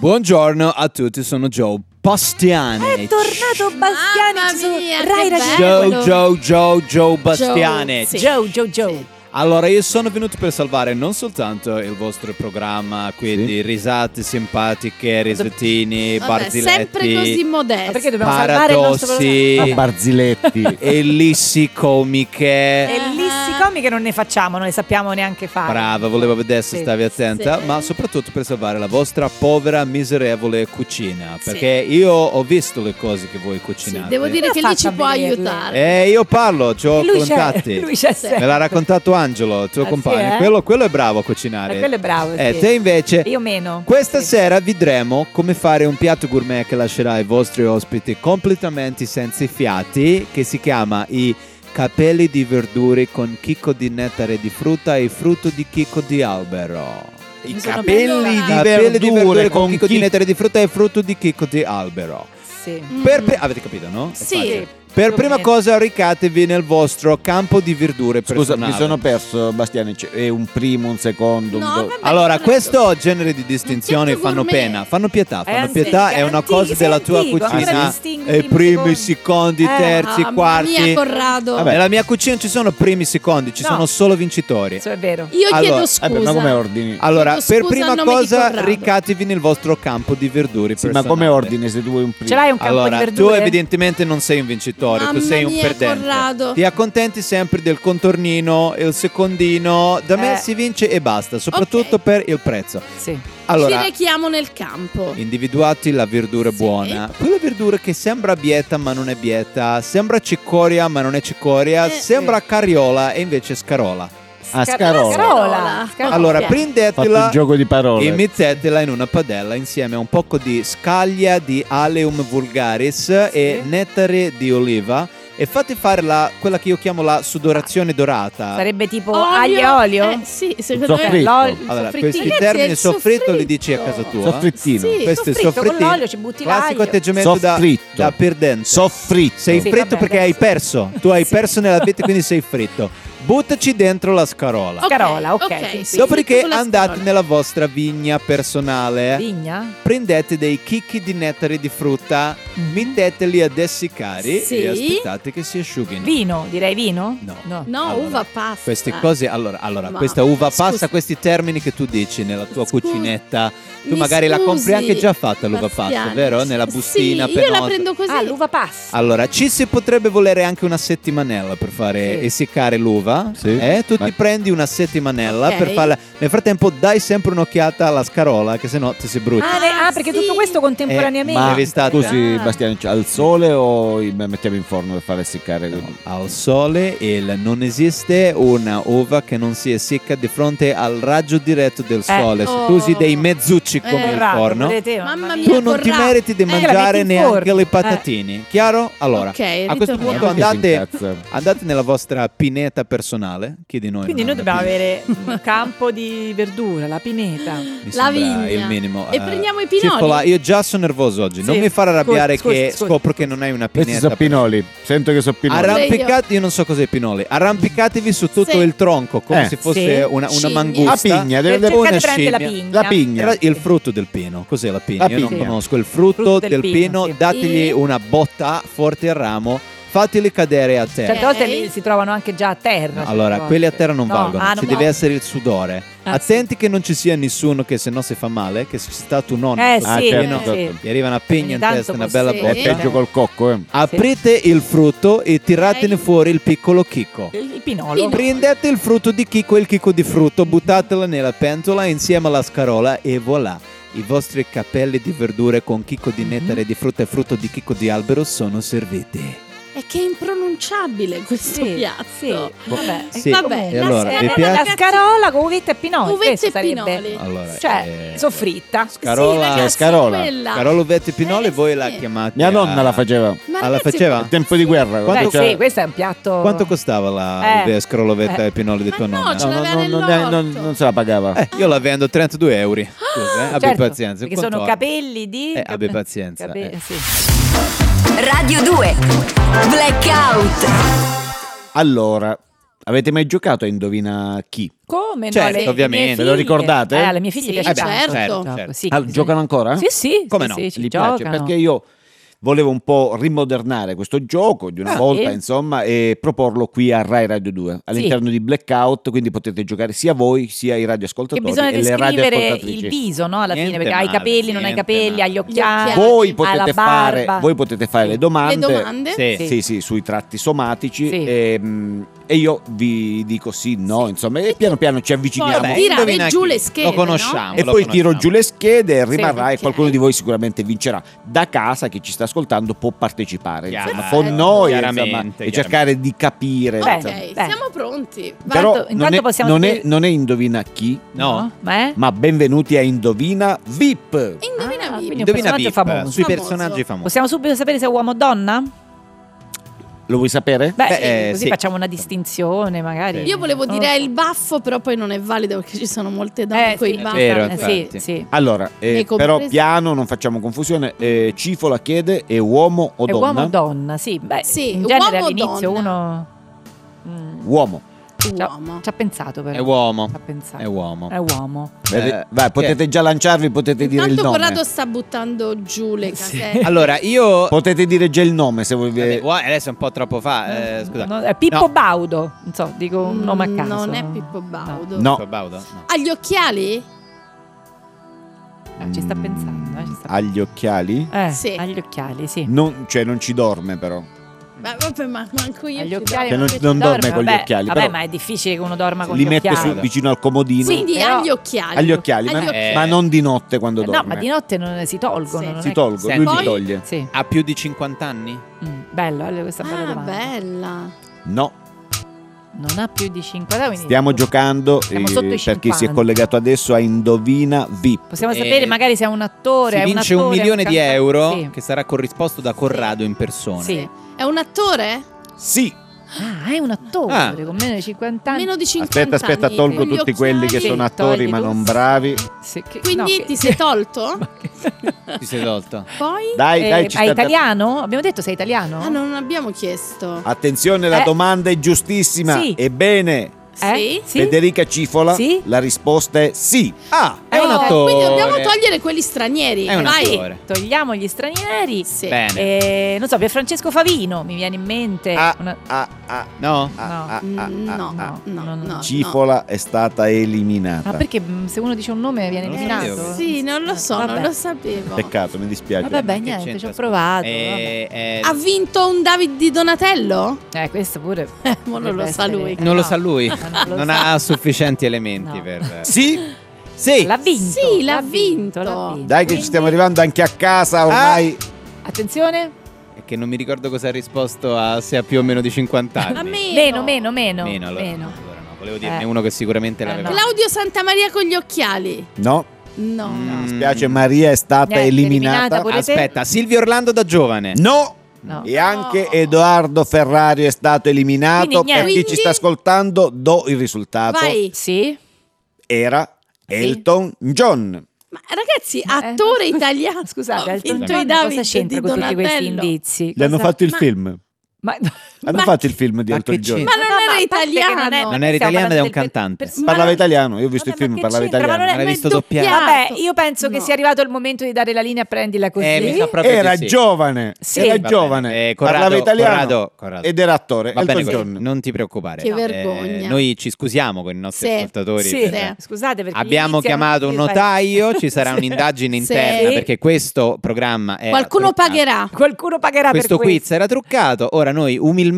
[SPEAKER 5] Buongiorno a tutti, sono Joe Bastiani.
[SPEAKER 8] È tornato Bastiani su
[SPEAKER 6] Mamma mia, che
[SPEAKER 8] Rai Radio
[SPEAKER 6] bello.
[SPEAKER 5] Joe, Joe, Joe, Joe Bastiani.
[SPEAKER 6] Joe, sì.
[SPEAKER 8] Joe, Joe, Joe.
[SPEAKER 5] Allora, io sono venuto per salvare non soltanto il vostro programma, quindi risate simpatiche, risatini,
[SPEAKER 6] Vabbè, sempre così
[SPEAKER 5] barziletti,
[SPEAKER 8] Ma
[SPEAKER 6] modesto.
[SPEAKER 8] perché dobbiamo salvare il nostro
[SPEAKER 5] paradossi,
[SPEAKER 8] programma?
[SPEAKER 7] A Barziletti.
[SPEAKER 5] ellissi comiche.
[SPEAKER 6] Eh,
[SPEAKER 8] E lì si comiche non ne facciamo, non ne sappiamo neanche fare.
[SPEAKER 5] Brava, volevo vedere se
[SPEAKER 8] Sì.
[SPEAKER 5] stavi attenta,
[SPEAKER 6] Sì.
[SPEAKER 5] ma soprattutto per salvare la vostra povera, miserevole cucina,
[SPEAKER 6] Sì.
[SPEAKER 5] perché io ho visto le cose che voi
[SPEAKER 6] Sì,
[SPEAKER 5] cucinate.
[SPEAKER 6] devo dire
[SPEAKER 8] Come
[SPEAKER 6] che
[SPEAKER 8] ha
[SPEAKER 6] lì
[SPEAKER 8] fatto
[SPEAKER 6] ci
[SPEAKER 8] a
[SPEAKER 6] può
[SPEAKER 8] vederle?
[SPEAKER 6] aiutare.
[SPEAKER 5] E io parlo, ci ho
[SPEAKER 8] E lui,
[SPEAKER 5] contatti.
[SPEAKER 8] c'è, [LAUGHS] lui c'è sempre.
[SPEAKER 5] Me l'ha raccontato Angelo, tuo
[SPEAKER 8] Ah, sì,
[SPEAKER 5] compagno.
[SPEAKER 8] eh?
[SPEAKER 5] Quello, quello è bravo a
[SPEAKER 8] Eh,
[SPEAKER 5] cucinare.
[SPEAKER 8] quello è bravo.
[SPEAKER 5] Eh,
[SPEAKER 8] sì.
[SPEAKER 5] te invece.
[SPEAKER 8] Io meno.
[SPEAKER 5] Questa
[SPEAKER 8] Sì.
[SPEAKER 5] sera vedremo come fare un piatto gourmet che lascerà i vostri ospiti completamente senza fiati, che si chiama i capelli di verdure con chicco di nettare di frutta e frutto di chicco di albero.
[SPEAKER 7] I
[SPEAKER 6] sono
[SPEAKER 7] capelli
[SPEAKER 6] bello-
[SPEAKER 7] di
[SPEAKER 5] capelli di verdure
[SPEAKER 7] verdure
[SPEAKER 5] con chicco di
[SPEAKER 7] chi-
[SPEAKER 5] nettare di frutta e frutto di chicco di albero.
[SPEAKER 8] Sì.
[SPEAKER 6] Mm.
[SPEAKER 5] Per pri- avete capito, no? È
[SPEAKER 6] Sì.
[SPEAKER 5] facile. Per prima cosa ricatevi nel vostro campo di verdure
[SPEAKER 7] Scusa,
[SPEAKER 5] [LAUGHS] personale.
[SPEAKER 7] mi sono perso, Bastiani. c'è- È un primo, un secondo. un
[SPEAKER 6] No,
[SPEAKER 7] do-
[SPEAKER 6] vabbè,
[SPEAKER 5] Allora,
[SPEAKER 6] certo.
[SPEAKER 5] questo genere di distinzioni
[SPEAKER 6] Un piatto
[SPEAKER 5] fanno
[SPEAKER 6] gourmet.
[SPEAKER 5] pena, fanno pietà, fanno
[SPEAKER 8] anzi,
[SPEAKER 5] pietà, è
[SPEAKER 8] antico,
[SPEAKER 5] una cosa della tua
[SPEAKER 8] antico, ancora
[SPEAKER 5] cucina.
[SPEAKER 8] distingui
[SPEAKER 5] E
[SPEAKER 8] i
[SPEAKER 5] primi,
[SPEAKER 8] secondi.
[SPEAKER 5] secondi,
[SPEAKER 8] Eh,
[SPEAKER 5] terzi,
[SPEAKER 6] Mamma
[SPEAKER 5] quarti.
[SPEAKER 6] Mia, Corrado.
[SPEAKER 7] Vabbè.
[SPEAKER 5] Nella mia cucina ci sono primi, secondi, ci
[SPEAKER 8] No.
[SPEAKER 5] sono solo vincitori.
[SPEAKER 8] Questo è vero.
[SPEAKER 6] Io
[SPEAKER 5] Allora,
[SPEAKER 6] chiedo
[SPEAKER 7] Eh,
[SPEAKER 6] scusa.
[SPEAKER 7] beh, ma come ordini?
[SPEAKER 5] Allora,
[SPEAKER 6] Chiedo
[SPEAKER 5] per
[SPEAKER 6] scusa a
[SPEAKER 5] prima
[SPEAKER 6] nome di
[SPEAKER 5] cosa
[SPEAKER 6] Corrado.
[SPEAKER 5] ricatevi nel vostro campo di verdure
[SPEAKER 7] Sì, ma
[SPEAKER 5] personale.
[SPEAKER 7] come ordine se tu vuoi un primo?
[SPEAKER 8] Ce l'hai un campo
[SPEAKER 5] Allora, tu
[SPEAKER 8] di verdure?
[SPEAKER 5] evidentemente non sei un vincitore,
[SPEAKER 6] Mamma
[SPEAKER 5] tu sei un
[SPEAKER 6] mia,
[SPEAKER 5] perdente.
[SPEAKER 6] Corrado.
[SPEAKER 5] Ti accontenti sempre del contornino e il secondino. Da me
[SPEAKER 8] Eh.
[SPEAKER 5] si vince e basta, soprattutto
[SPEAKER 6] Ok.
[SPEAKER 5] per il prezzo.
[SPEAKER 8] Sì.
[SPEAKER 5] Allora,
[SPEAKER 6] Ci rechiamo nel campo.
[SPEAKER 5] individuati la verdura
[SPEAKER 6] Sì.
[SPEAKER 5] buona. Quella verdura che sembra bieta ma non è bieta, sembra cicoria ma non è cicoria,
[SPEAKER 6] Eh,
[SPEAKER 5] sembra cariola e invece è scarola.
[SPEAKER 8] Oh,
[SPEAKER 7] A
[SPEAKER 8] Sca-
[SPEAKER 7] Scarola.
[SPEAKER 8] Scarola. Scarola.
[SPEAKER 5] ah, Allora,
[SPEAKER 6] Ok.
[SPEAKER 7] Ho fatto un
[SPEAKER 5] prendetela
[SPEAKER 7] gioco di parole.
[SPEAKER 5] e mettetela in una padella insieme a un poco di scaglia di Aleum vulgaris e nettare di oliva e fate fare la- quella che io chiamo la sudorazione dorata.
[SPEAKER 8] Sarebbe tipo
[SPEAKER 5] Oh,
[SPEAKER 8] aglio e olio?
[SPEAKER 6] Eh, sì, secondo
[SPEAKER 7] Soffritto.
[SPEAKER 6] me.
[SPEAKER 8] L'olio-
[SPEAKER 5] Allora,
[SPEAKER 8] soffrittino.
[SPEAKER 5] questi
[SPEAKER 6] Ragazzi, è il
[SPEAKER 5] termini soffritto li dici a casa
[SPEAKER 6] soffritto.
[SPEAKER 5] tua.
[SPEAKER 7] Soffrittino.
[SPEAKER 5] Questo
[SPEAKER 6] Sì.
[SPEAKER 5] è
[SPEAKER 8] soffritto, con
[SPEAKER 5] soffrittino.
[SPEAKER 8] l'olio ci butti
[SPEAKER 5] Classico
[SPEAKER 8] l'aglio.
[SPEAKER 5] atteggiamento da,
[SPEAKER 7] Soffritto.
[SPEAKER 5] da perdente.
[SPEAKER 7] Soffritto.
[SPEAKER 5] Sei
[SPEAKER 8] Sì,
[SPEAKER 5] fritto
[SPEAKER 8] vabbè,
[SPEAKER 5] perché hai
[SPEAKER 6] [LAUGHS]
[SPEAKER 8] adesso-
[SPEAKER 5] perso. Tu hai perso nella vita, quindi sei fritto. Buttaci dentro la scarola.
[SPEAKER 6] Ok,
[SPEAKER 4] Carola, ok,
[SPEAKER 6] ok,
[SPEAKER 4] quindi
[SPEAKER 6] Oh, sì,
[SPEAKER 5] Dopodiché
[SPEAKER 6] tutto con la
[SPEAKER 5] andate
[SPEAKER 6] scarola.
[SPEAKER 5] nella vostra vigna personale, Mm.
[SPEAKER 8] Vigna?
[SPEAKER 5] prendete dei chicchi di nettare di frutta, metteteli ad essiccare
[SPEAKER 6] Mhm. Sì.
[SPEAKER 5] e aspettate che si asciughino.
[SPEAKER 8] Vino, direi vino?
[SPEAKER 5] No.
[SPEAKER 6] No,
[SPEAKER 5] Allora,
[SPEAKER 6] uva pasta.
[SPEAKER 5] Queste cose, allora, allora
[SPEAKER 6] Ah. Ma-
[SPEAKER 5] questa uva
[SPEAKER 6] scusa.
[SPEAKER 5] pasta, questi termini che tu dici nella tua
[SPEAKER 6] Scusa.
[SPEAKER 5] cucinetta, tu
[SPEAKER 6] Mi
[SPEAKER 5] magari la compri
[SPEAKER 6] scusi,
[SPEAKER 5] anche già fatta l'uva pasta,
[SPEAKER 6] Bastiano.
[SPEAKER 5] vero? Nella bustina
[SPEAKER 6] Sì, io
[SPEAKER 5] penosa.
[SPEAKER 6] la prendo così.
[SPEAKER 8] Ah, l'uva pasta.
[SPEAKER 5] Allora, ci si potrebbe volere anche una settimanella per fare
[SPEAKER 8] Sì.
[SPEAKER 5] essiccare l'uva.
[SPEAKER 7] Sì.
[SPEAKER 5] Eh? Tu
[SPEAKER 7] Ma-
[SPEAKER 5] ti prendi una settimanella
[SPEAKER 6] Ok.
[SPEAKER 5] per farla. Nel frattempo, dai sempre un'occhiata alla scarola, che sennò ti si brucia.
[SPEAKER 4] Ah,
[SPEAKER 6] Ah,
[SPEAKER 4] le- ah, perché
[SPEAKER 6] sì.
[SPEAKER 4] tutto questo contemporaneamente.
[SPEAKER 5] Eh, ma-
[SPEAKER 4] Devi stare-
[SPEAKER 7] Scusi,
[SPEAKER 4] Ah.
[SPEAKER 7] Bastiano, cioè, al sole o i- mettiamo in forno per far essiccare?
[SPEAKER 5] Al sole e il- non esiste una uva che non si essicca di fronte al raggio diretto del sole. Se tu
[SPEAKER 6] oh.
[SPEAKER 5] usi dei mezzucci come il
[SPEAKER 8] Corrado,
[SPEAKER 5] forno,
[SPEAKER 8] pure te,
[SPEAKER 6] Mamma mia,
[SPEAKER 5] tu non ti
[SPEAKER 6] vorrà-
[SPEAKER 5] meriti di
[SPEAKER 6] Eh,
[SPEAKER 5] mangiare
[SPEAKER 8] la metti in
[SPEAKER 5] neanche
[SPEAKER 8] forno.
[SPEAKER 5] le patatine. Chiaro? Allora,
[SPEAKER 6] Ok,
[SPEAKER 5] a questo
[SPEAKER 6] ritorniamo.
[SPEAKER 5] punto andate,
[SPEAKER 7] Perché si incazza?
[SPEAKER 5] andate nella vostra pineta personale. Chi di noi?
[SPEAKER 4] Quindi
[SPEAKER 5] non
[SPEAKER 4] noi
[SPEAKER 5] ha una
[SPEAKER 4] dobbiamo avere
[SPEAKER 5] pineta?
[SPEAKER 8] Un campo di verdura, la pineta.
[SPEAKER 5] Mi
[SPEAKER 6] La
[SPEAKER 5] sembra
[SPEAKER 6] vigna.
[SPEAKER 5] il minimo.
[SPEAKER 6] E
[SPEAKER 5] Eh,
[SPEAKER 6] prendiamo i pinoli?
[SPEAKER 5] Cipolla, io già sono nervoso oggi. Non
[SPEAKER 8] Sì.
[SPEAKER 5] mi far arrabbiare
[SPEAKER 8] Scusi,
[SPEAKER 5] che
[SPEAKER 8] scusi, scusi.
[SPEAKER 5] scopro che non hai una
[SPEAKER 7] Questi
[SPEAKER 5] pineta.
[SPEAKER 7] sono pinoli. Sento che sono pinoli.
[SPEAKER 6] Arra-
[SPEAKER 5] Arrampicati, io non so cos'è i pinoli. Arrampicatevi su tutto
[SPEAKER 6] Sì.
[SPEAKER 5] il tronco come
[SPEAKER 7] Eh.
[SPEAKER 5] se fosse
[SPEAKER 8] Sì.
[SPEAKER 5] una, una
[SPEAKER 6] Scimmie.
[SPEAKER 7] La
[SPEAKER 5] mangusta.
[SPEAKER 7] pigna, deve-
[SPEAKER 8] Per
[SPEAKER 7] deve-
[SPEAKER 8] cercare
[SPEAKER 5] una
[SPEAKER 8] di prendere la
[SPEAKER 5] scimmia.
[SPEAKER 8] pigna.
[SPEAKER 7] la pigna.
[SPEAKER 5] Era il frutto del pino. Cos'è la pigna?
[SPEAKER 7] La
[SPEAKER 5] Io non
[SPEAKER 7] pigna.
[SPEAKER 5] conosco il frutto,
[SPEAKER 8] Frutto
[SPEAKER 5] del,
[SPEAKER 8] del
[SPEAKER 5] pino.
[SPEAKER 8] pino, sì.
[SPEAKER 5] Dategli
[SPEAKER 6] E-
[SPEAKER 5] una botta forte al ramo, fateli cadere a terra.
[SPEAKER 8] Certe
[SPEAKER 6] Ok.
[SPEAKER 8] volte li- si trovano anche già a terra.
[SPEAKER 5] Allora,
[SPEAKER 8] certe
[SPEAKER 5] quelli a
[SPEAKER 8] volte.
[SPEAKER 5] terra non
[SPEAKER 8] No,
[SPEAKER 5] valgono,
[SPEAKER 8] ah,
[SPEAKER 5] ci
[SPEAKER 8] no,
[SPEAKER 5] deve
[SPEAKER 8] no.
[SPEAKER 5] essere il sudore.
[SPEAKER 8] Ah,
[SPEAKER 5] Attenti che non ci sia nessuno che se no si fa male, che se sta tu nonno
[SPEAKER 8] Eh,
[SPEAKER 5] sotto
[SPEAKER 7] Ah,
[SPEAKER 8] sì,
[SPEAKER 5] il
[SPEAKER 7] certo,
[SPEAKER 5] pino,
[SPEAKER 7] certo.
[SPEAKER 8] sì.
[SPEAKER 5] gli arriva una pegna
[SPEAKER 8] Ogni
[SPEAKER 5] in
[SPEAKER 8] tanto
[SPEAKER 5] testa, una
[SPEAKER 8] può
[SPEAKER 5] bella
[SPEAKER 6] essere.
[SPEAKER 5] botta.
[SPEAKER 7] È peggio col cocco, eh.
[SPEAKER 5] Aprite il frutto e tiratene
[SPEAKER 6] Ok.
[SPEAKER 5] fuori il piccolo chicco.
[SPEAKER 8] Il il pinolo.
[SPEAKER 6] Pinolo.
[SPEAKER 5] Prendete il frutto di chicco e il chicco di frutto, buttatela nella pentola insieme alla scarola e voilà. I vostri capelli di verdure con chicco di
[SPEAKER 8] Mm-hmm.
[SPEAKER 5] nettare di frutta e frutto di chicco di albero sono serviti.
[SPEAKER 6] È che è impronunciabile questo
[SPEAKER 8] Sì,
[SPEAKER 6] piatto. Eh,
[SPEAKER 8] sì. Vabbè.
[SPEAKER 5] Sì.
[SPEAKER 6] Vabbè,
[SPEAKER 5] e
[SPEAKER 6] la
[SPEAKER 5] eh, allora,
[SPEAKER 6] sera-
[SPEAKER 5] vi
[SPEAKER 6] la
[SPEAKER 5] piace?
[SPEAKER 8] La
[SPEAKER 6] ragazzi-
[SPEAKER 8] scarola con uvetta e pinoli.
[SPEAKER 6] Uvette
[SPEAKER 8] questo
[SPEAKER 6] e
[SPEAKER 8] sarebbe-
[SPEAKER 6] pinoli.
[SPEAKER 5] Allora,
[SPEAKER 8] Cioè,
[SPEAKER 5] eh,
[SPEAKER 8] soffritta.
[SPEAKER 6] Sì,
[SPEAKER 5] Scarola,
[SPEAKER 6] ragazzi,
[SPEAKER 7] Scarola.
[SPEAKER 6] quella.
[SPEAKER 5] Carola Uvetti Pinole,
[SPEAKER 6] Eh,
[SPEAKER 5] voi
[SPEAKER 6] sì.
[SPEAKER 5] la chiamate.
[SPEAKER 7] Mia nonna
[SPEAKER 5] a-
[SPEAKER 7] la faceva.
[SPEAKER 6] Ma
[SPEAKER 5] Ah, la
[SPEAKER 6] ragazzi,
[SPEAKER 5] faceva?
[SPEAKER 7] A tempo di guerra.
[SPEAKER 5] Quanto
[SPEAKER 8] Beh,
[SPEAKER 5] c'è-
[SPEAKER 8] sì, questo è un piatto.
[SPEAKER 5] Quanto costava la
[SPEAKER 8] Eh.
[SPEAKER 5] Uve- Scarola Uvetta
[SPEAKER 8] Eh.
[SPEAKER 5] e Pinole di
[SPEAKER 6] Ma
[SPEAKER 5] tua
[SPEAKER 6] no,
[SPEAKER 5] nonna?
[SPEAKER 6] ce l'aveva
[SPEAKER 7] non, non,
[SPEAKER 6] nell'orto.
[SPEAKER 7] non- non se la pagava.
[SPEAKER 5] Eh, io la vendo 32 euro. Scusa, eh, abbi
[SPEAKER 8] Certo,
[SPEAKER 5] pazienza.
[SPEAKER 8] Perché
[SPEAKER 5] quanto
[SPEAKER 8] sono
[SPEAKER 5] ho?
[SPEAKER 8] capelli di.
[SPEAKER 5] Eh, abbi pazienza.
[SPEAKER 8] Cape-
[SPEAKER 5] eh.
[SPEAKER 8] sì.
[SPEAKER 2] Radio 2 Blackout
[SPEAKER 7] Allora, avete mai giocato a indovina chi?
[SPEAKER 8] Come no?
[SPEAKER 5] Certo,
[SPEAKER 8] le- le
[SPEAKER 5] ovviamente.
[SPEAKER 8] mie
[SPEAKER 5] Ve
[SPEAKER 7] lo
[SPEAKER 8] figlie.
[SPEAKER 7] ricordate?
[SPEAKER 8] Eh, alle mie figlie
[SPEAKER 6] Sì,
[SPEAKER 8] piace
[SPEAKER 6] eh beh,
[SPEAKER 8] tanto.
[SPEAKER 6] certo.
[SPEAKER 8] Gioco,
[SPEAKER 5] certo.
[SPEAKER 8] sì,
[SPEAKER 7] Ah,
[SPEAKER 8] sì.
[SPEAKER 7] giocano ancora?
[SPEAKER 8] Sì, sì.
[SPEAKER 5] Come
[SPEAKER 8] sì,
[SPEAKER 5] no?
[SPEAKER 8] sì, ci
[SPEAKER 7] Gli piace?
[SPEAKER 8] giocano.
[SPEAKER 7] Perché io volevo un po' rimodernare questo gioco di una
[SPEAKER 8] Ah,
[SPEAKER 7] volta,
[SPEAKER 8] sì.
[SPEAKER 7] insomma, e proporlo qui a Rai Radio 2 all'interno di Blackout, quindi potete giocare sia voi sia i
[SPEAKER 8] Che
[SPEAKER 7] radioascoltatori
[SPEAKER 8] bisogna
[SPEAKER 7] e le
[SPEAKER 8] descrivere il
[SPEAKER 7] radioascoltatrici.
[SPEAKER 8] viso, no? Alla
[SPEAKER 5] Niente
[SPEAKER 8] fine, perché hai i
[SPEAKER 5] male,
[SPEAKER 8] capelli, non hai i
[SPEAKER 5] niente
[SPEAKER 8] capelli,
[SPEAKER 5] male.
[SPEAKER 8] hai gli occhiali.
[SPEAKER 6] occhiali.
[SPEAKER 7] Voi
[SPEAKER 8] alla
[SPEAKER 7] potete,
[SPEAKER 8] barba.
[SPEAKER 7] fare, voi potete fare le domande,
[SPEAKER 6] Le domande?
[SPEAKER 5] Sì.
[SPEAKER 7] Sì, sì, sui tratti somatici
[SPEAKER 8] Sì.
[SPEAKER 7] E, mm, e io vi dico sì, no, insomma, e piano piano ci avviciniamo.
[SPEAKER 6] Vabbè,
[SPEAKER 5] indovina
[SPEAKER 6] tirare giù
[SPEAKER 5] chi.
[SPEAKER 6] le schede,
[SPEAKER 5] Lo conosciamo.
[SPEAKER 6] no?
[SPEAKER 7] E
[SPEAKER 5] lo
[SPEAKER 7] poi
[SPEAKER 5] conosciamo.
[SPEAKER 7] tiro giù le schede e rimarrà e
[SPEAKER 6] ok.
[SPEAKER 7] qualcuno di voi sicuramente vincerà. Da casa chi ci sta ascoltando può partecipare
[SPEAKER 5] Chiaro,
[SPEAKER 7] insomma, con noi insomma,
[SPEAKER 5] chiaramente,
[SPEAKER 7] e cercare di capire.
[SPEAKER 8] Beh,
[SPEAKER 7] insomma.
[SPEAKER 6] Ok,
[SPEAKER 8] Beh.
[SPEAKER 6] siamo pronti.
[SPEAKER 7] Però
[SPEAKER 8] Intanto-
[SPEAKER 7] non,
[SPEAKER 8] intanto
[SPEAKER 7] è,
[SPEAKER 8] possiamo
[SPEAKER 7] non è-
[SPEAKER 8] dire- Eh?
[SPEAKER 7] non è Indovina chi,
[SPEAKER 5] No?
[SPEAKER 8] Ma è?
[SPEAKER 7] ma benvenuti a Indovina VIP.
[SPEAKER 6] Indovina
[SPEAKER 8] Ah,
[SPEAKER 6] Vivi.
[SPEAKER 8] quindi-
[SPEAKER 5] Indovina
[SPEAKER 8] personaggio
[SPEAKER 5] Pip,
[SPEAKER 8] famoso.
[SPEAKER 5] sui
[SPEAKER 6] Famoso.
[SPEAKER 5] personaggi famosi.
[SPEAKER 8] Possiamo subito sapere se è uomo o donna?
[SPEAKER 7] Lo vuoi sapere?
[SPEAKER 8] Beh,
[SPEAKER 5] Beh, eh,
[SPEAKER 8] così
[SPEAKER 5] sì.
[SPEAKER 8] facciamo una distinzione, magari.
[SPEAKER 6] Io volevo dire il baffo, però poi non è valido perché ci sono molte donne
[SPEAKER 8] Eh,
[SPEAKER 6] con i
[SPEAKER 8] sì,
[SPEAKER 6] baffi.
[SPEAKER 5] vero,
[SPEAKER 8] Eh, sì,
[SPEAKER 5] infatti.
[SPEAKER 8] sì.
[SPEAKER 7] Allora, eh,
[SPEAKER 6] Ne compresi-
[SPEAKER 7] però piano, non facciamo confusione. eh, Cifola chiede è uomo o
[SPEAKER 8] è
[SPEAKER 7] donna?
[SPEAKER 8] uomo o donna? Sì, beh,
[SPEAKER 6] Sì,
[SPEAKER 8] in genere
[SPEAKER 6] uomo o
[SPEAKER 8] all'inizio
[SPEAKER 6] donna?
[SPEAKER 8] uno mm,
[SPEAKER 7] Uomo.
[SPEAKER 6] Uomo.
[SPEAKER 8] ci ha pensato però.
[SPEAKER 5] È uomo.
[SPEAKER 8] Ci ha pensato.
[SPEAKER 5] È uomo.
[SPEAKER 8] È uomo.
[SPEAKER 7] Eh, vai, potete già lanciarvi, potete dire il
[SPEAKER 6] Intanto
[SPEAKER 7] nome.
[SPEAKER 6] Corrado sta buttando giù le caselle.
[SPEAKER 5] Allora, io...
[SPEAKER 7] Potete dire già il nome se voi
[SPEAKER 5] Vabbè,
[SPEAKER 7] vi...
[SPEAKER 5] guarda, adesso è un po' troppo fa. eh, scusa.
[SPEAKER 8] No, è Pippo
[SPEAKER 5] No.
[SPEAKER 8] Baudo, non so, dico un
[SPEAKER 6] Mm,
[SPEAKER 8] nome a caso.
[SPEAKER 6] Non è Pippo Baudo.
[SPEAKER 7] No.
[SPEAKER 5] Baudo? No.
[SPEAKER 6] Ha gli occhiali?
[SPEAKER 8] Eh, ci sta pensando, eh, ci sta-
[SPEAKER 7] Ha gli occhiali?
[SPEAKER 8] Eh,
[SPEAKER 6] Sì.
[SPEAKER 8] ha gli occhiali, sì.
[SPEAKER 7] Non, cioè non ci dorme però.
[SPEAKER 6] Ma vabbè, ma manco io.
[SPEAKER 8] Ha gli
[SPEAKER 6] ci
[SPEAKER 8] occhiali,
[SPEAKER 7] Che
[SPEAKER 8] ma
[SPEAKER 7] non-
[SPEAKER 8] ci
[SPEAKER 7] non dorme con gli
[SPEAKER 8] vabbè,
[SPEAKER 7] occhiali,
[SPEAKER 8] Vabbè,
[SPEAKER 7] però-
[SPEAKER 8] ma è difficile che uno dorma con
[SPEAKER 7] Li
[SPEAKER 8] gli
[SPEAKER 7] mette su-
[SPEAKER 8] occhiali.
[SPEAKER 7] vicino al comodino.
[SPEAKER 6] do- Quindi
[SPEAKER 8] però-
[SPEAKER 6] ha gli occhiali.
[SPEAKER 7] Eh, Agli occhiali,
[SPEAKER 6] Agli
[SPEAKER 7] ma,
[SPEAKER 6] occhiali.
[SPEAKER 7] ma non di notte quando
[SPEAKER 8] Eh,
[SPEAKER 7] dorme.
[SPEAKER 8] No, ma di notte non si tolgono.
[SPEAKER 6] Sì.
[SPEAKER 8] non
[SPEAKER 7] Si
[SPEAKER 8] è-
[SPEAKER 7] tolgo, lui
[SPEAKER 5] Senti.
[SPEAKER 7] li toglie.
[SPEAKER 8] Sì.
[SPEAKER 5] Ha più di 50 anni?
[SPEAKER 8] Mm, bello, eh, questa è una bella
[SPEAKER 6] Ah,
[SPEAKER 8] domanda.
[SPEAKER 6] bella.
[SPEAKER 7] No,
[SPEAKER 8] Non ha più di 50 quindi
[SPEAKER 7] stiamo giocando
[SPEAKER 8] Siamo
[SPEAKER 7] eh,
[SPEAKER 8] sotto i
[SPEAKER 7] per chi si è
[SPEAKER 8] 50.
[SPEAKER 7] collegato adesso a Indovina VIP.
[SPEAKER 8] Possiamo
[SPEAKER 5] Eh,
[SPEAKER 8] sapere magari se è un attore.
[SPEAKER 5] Si
[SPEAKER 8] è
[SPEAKER 5] vince un
[SPEAKER 8] attore, è
[SPEAKER 5] milione di
[SPEAKER 8] cantante.
[SPEAKER 5] euro
[SPEAKER 8] Sì.
[SPEAKER 5] che sarà corrisposto da Corrado in persona.
[SPEAKER 8] Sì.
[SPEAKER 6] È un attore?
[SPEAKER 7] Sì,
[SPEAKER 8] Ah, è un attore
[SPEAKER 5] Ah.
[SPEAKER 8] con meno di 50 anni.
[SPEAKER 6] Meno di 50
[SPEAKER 7] Aspetta, aspetta,
[SPEAKER 6] anni,
[SPEAKER 7] tolgo
[SPEAKER 6] con gli
[SPEAKER 7] tutti quelli che
[SPEAKER 6] occhiali.
[SPEAKER 7] sono
[SPEAKER 8] Sì,
[SPEAKER 7] attori
[SPEAKER 8] togli
[SPEAKER 7] ma
[SPEAKER 8] tu.
[SPEAKER 7] non bravi.
[SPEAKER 8] Sì, che- no,
[SPEAKER 6] Quindi
[SPEAKER 8] che-
[SPEAKER 6] ti
[SPEAKER 8] [LAUGHS]
[SPEAKER 6] sei tolto?
[SPEAKER 5] Ti sei tolta.
[SPEAKER 6] Poi?
[SPEAKER 7] Dai,
[SPEAKER 8] Eh,
[SPEAKER 7] dai, ci
[SPEAKER 8] è
[SPEAKER 7] stai-
[SPEAKER 8] italiano? Abbiamo detto sei italiano?
[SPEAKER 6] Ah, non abbiamo chiesto.
[SPEAKER 7] Attenzione, la
[SPEAKER 8] Eh.
[SPEAKER 7] domanda è giustissima.
[SPEAKER 8] Sì.
[SPEAKER 7] Ebbene,
[SPEAKER 6] Sì?
[SPEAKER 8] Eh? Sì?
[SPEAKER 7] Federica Cifola,
[SPEAKER 8] Sì? Eh,
[SPEAKER 7] la risposta è sì.
[SPEAKER 5] Ah, è un
[SPEAKER 8] No,
[SPEAKER 5] attore.
[SPEAKER 6] Oh, Quindi dobbiamo togliere quelli stranieri.
[SPEAKER 5] È un
[SPEAKER 6] Vai.
[SPEAKER 5] attore.
[SPEAKER 8] Togliamo gli stranieri.
[SPEAKER 6] Sì.
[SPEAKER 5] Bene.
[SPEAKER 8] Eh, non so, Pierfrancesco Favino mi viene in mente.
[SPEAKER 7] Ah,
[SPEAKER 8] Una-
[SPEAKER 7] ah, ah,
[SPEAKER 5] No?
[SPEAKER 7] ah,
[SPEAKER 8] No.
[SPEAKER 7] ah, ah, ah,
[SPEAKER 6] Mm, No,
[SPEAKER 7] ah.
[SPEAKER 6] no, no,
[SPEAKER 8] no, no.
[SPEAKER 6] no.
[SPEAKER 7] Cifola è stata eliminata.
[SPEAKER 8] Ma perché mh, se uno dice un nome viene
[SPEAKER 5] Non lo
[SPEAKER 8] eliminato?
[SPEAKER 5] sapevo.
[SPEAKER 6] Sì, non lo so,
[SPEAKER 8] Vabbè.
[SPEAKER 6] non lo sapevo.
[SPEAKER 7] Peccato, mi dispiace.
[SPEAKER 8] Vabbè,
[SPEAKER 5] Che
[SPEAKER 8] niente,
[SPEAKER 5] c'entra,
[SPEAKER 8] ci ho
[SPEAKER 5] scusa?
[SPEAKER 8] provato.
[SPEAKER 5] Eh, eh,
[SPEAKER 8] Ah,
[SPEAKER 6] Ha vinto un David di Donatello?
[SPEAKER 8] vabbè. Eh, questo pure.
[SPEAKER 6] [LAUGHS] mo non
[SPEAKER 8] potrebbe
[SPEAKER 6] lo sa
[SPEAKER 8] essere-
[SPEAKER 6] lui.
[SPEAKER 8] eh,
[SPEAKER 5] non lo
[SPEAKER 8] no.
[SPEAKER 5] sa lui.
[SPEAKER 8] Eh, non [LAUGHS] lo
[SPEAKER 5] Non
[SPEAKER 8] sa.
[SPEAKER 5] ha sufficienti elementi
[SPEAKER 8] No. [LAUGHS]
[SPEAKER 5] per...
[SPEAKER 7] Sì,
[SPEAKER 5] Sì!
[SPEAKER 8] L'ha vinto.
[SPEAKER 6] Sì, l'ha vinto.
[SPEAKER 8] l'ha vinto.
[SPEAKER 7] dai che ci stiamo arrivando anche a casa ormai.
[SPEAKER 8] Attenzione.
[SPEAKER 5] Ah! È che non mi ricordo cosa ha risposto a se ha più o meno di 50 anni.
[SPEAKER 6] A me.
[SPEAKER 8] Meno, meno, meno.
[SPEAKER 5] Meno, allora,
[SPEAKER 8] meno.
[SPEAKER 5] allora no. Volevo dirne
[SPEAKER 8] Eh.
[SPEAKER 5] uno che sicuramente
[SPEAKER 8] Eh,
[SPEAKER 5] l'aveva.
[SPEAKER 8] no.
[SPEAKER 6] Claudio Santamaria con gli occhiali.
[SPEAKER 7] No,
[SPEAKER 6] No.
[SPEAKER 5] Mm.
[SPEAKER 7] mi spiace, Maria è stata
[SPEAKER 8] Niente,
[SPEAKER 7] eliminata.
[SPEAKER 8] eliminata pure- Volete-
[SPEAKER 5] Aspetta, Silvio Orlando da giovane.
[SPEAKER 7] No.
[SPEAKER 8] No.
[SPEAKER 7] E anche Edoardo Ferrario è stato eliminato.
[SPEAKER 8] Quindi
[SPEAKER 7] Per
[SPEAKER 8] niente.
[SPEAKER 7] chi ci sta ascoltando, do il risultato.
[SPEAKER 6] Vai.
[SPEAKER 8] Sì.
[SPEAKER 7] Era Elton John.
[SPEAKER 6] Ma ragazzi,
[SPEAKER 8] [LAUGHS]
[SPEAKER 6] attore italiano.
[SPEAKER 8] Eh.
[SPEAKER 6] Oh,
[SPEAKER 8] Scusate,
[SPEAKER 6] Ha
[SPEAKER 8] Elton
[SPEAKER 6] vinto
[SPEAKER 8] John
[SPEAKER 6] i David
[SPEAKER 8] cosa c'entra
[SPEAKER 6] di
[SPEAKER 8] con tutti questi
[SPEAKER 6] Donatello.
[SPEAKER 8] indizi?
[SPEAKER 7] Le hanno
[SPEAKER 8] Cosa-
[SPEAKER 7] fatto il
[SPEAKER 6] Ma-
[SPEAKER 7] film.
[SPEAKER 8] Ma-
[SPEAKER 7] Hanno
[SPEAKER 6] Ma-
[SPEAKER 7] fatto il film di
[SPEAKER 5] Ma
[SPEAKER 7] Elton
[SPEAKER 5] che
[SPEAKER 7] John.
[SPEAKER 5] c'entra?
[SPEAKER 6] Ma non
[SPEAKER 8] [LAUGHS] No,
[SPEAKER 6] era
[SPEAKER 8] a parte che
[SPEAKER 6] italiano.
[SPEAKER 8] Non, è,
[SPEAKER 5] Non era
[SPEAKER 8] stiamo
[SPEAKER 5] italiano ed è
[SPEAKER 8] parlando
[SPEAKER 5] un
[SPEAKER 8] del-
[SPEAKER 5] cantante.
[SPEAKER 8] per-
[SPEAKER 7] Parlava
[SPEAKER 8] ma-
[SPEAKER 7] italiano, io ho visto il
[SPEAKER 8] Vabbè,
[SPEAKER 7] film,
[SPEAKER 8] ma che
[SPEAKER 7] parlava
[SPEAKER 8] c'entra? Ma non
[SPEAKER 7] italiano.
[SPEAKER 8] è-
[SPEAKER 5] L'hai
[SPEAKER 6] ma è
[SPEAKER 5] visto doppiato?
[SPEAKER 6] doppiato.
[SPEAKER 8] Vabbè, io penso che
[SPEAKER 6] No.
[SPEAKER 8] sia arrivato il momento di dare la linea, prendila così.
[SPEAKER 5] Eh, mi sa proprio
[SPEAKER 7] Era
[SPEAKER 5] di sì.
[SPEAKER 7] giovane,
[SPEAKER 8] Sì.
[SPEAKER 7] era
[SPEAKER 8] Va
[SPEAKER 5] bene.
[SPEAKER 7] giovane,
[SPEAKER 5] Eh, Corrado,
[SPEAKER 7] parlava italiano
[SPEAKER 5] Corrado, Corrado.
[SPEAKER 7] ed era attore.
[SPEAKER 5] Va bene,
[SPEAKER 7] Elton
[SPEAKER 5] così,
[SPEAKER 7] John.
[SPEAKER 5] non ti preoccupare.
[SPEAKER 6] Che
[SPEAKER 5] Eh,
[SPEAKER 6] vergogna.
[SPEAKER 5] noi ci scusiamo con i nostri
[SPEAKER 6] Sì.
[SPEAKER 5] ascoltatori.
[SPEAKER 8] Sì.
[SPEAKER 5] per-
[SPEAKER 6] Sì.
[SPEAKER 8] Scusate perché
[SPEAKER 5] Abbiamo
[SPEAKER 8] iniziano
[SPEAKER 5] chiamato
[SPEAKER 8] tutti
[SPEAKER 5] un
[SPEAKER 8] a fare-
[SPEAKER 5] notaio, ci sarà un'indagine
[SPEAKER 6] [LAUGHS] Sì.
[SPEAKER 5] interna perché questo programma è ah,
[SPEAKER 6] Qualcuno pagherà.
[SPEAKER 8] Qualcuno pagherà
[SPEAKER 5] Questo
[SPEAKER 8] per questo.
[SPEAKER 5] quiz era truccato, ora noi umilmente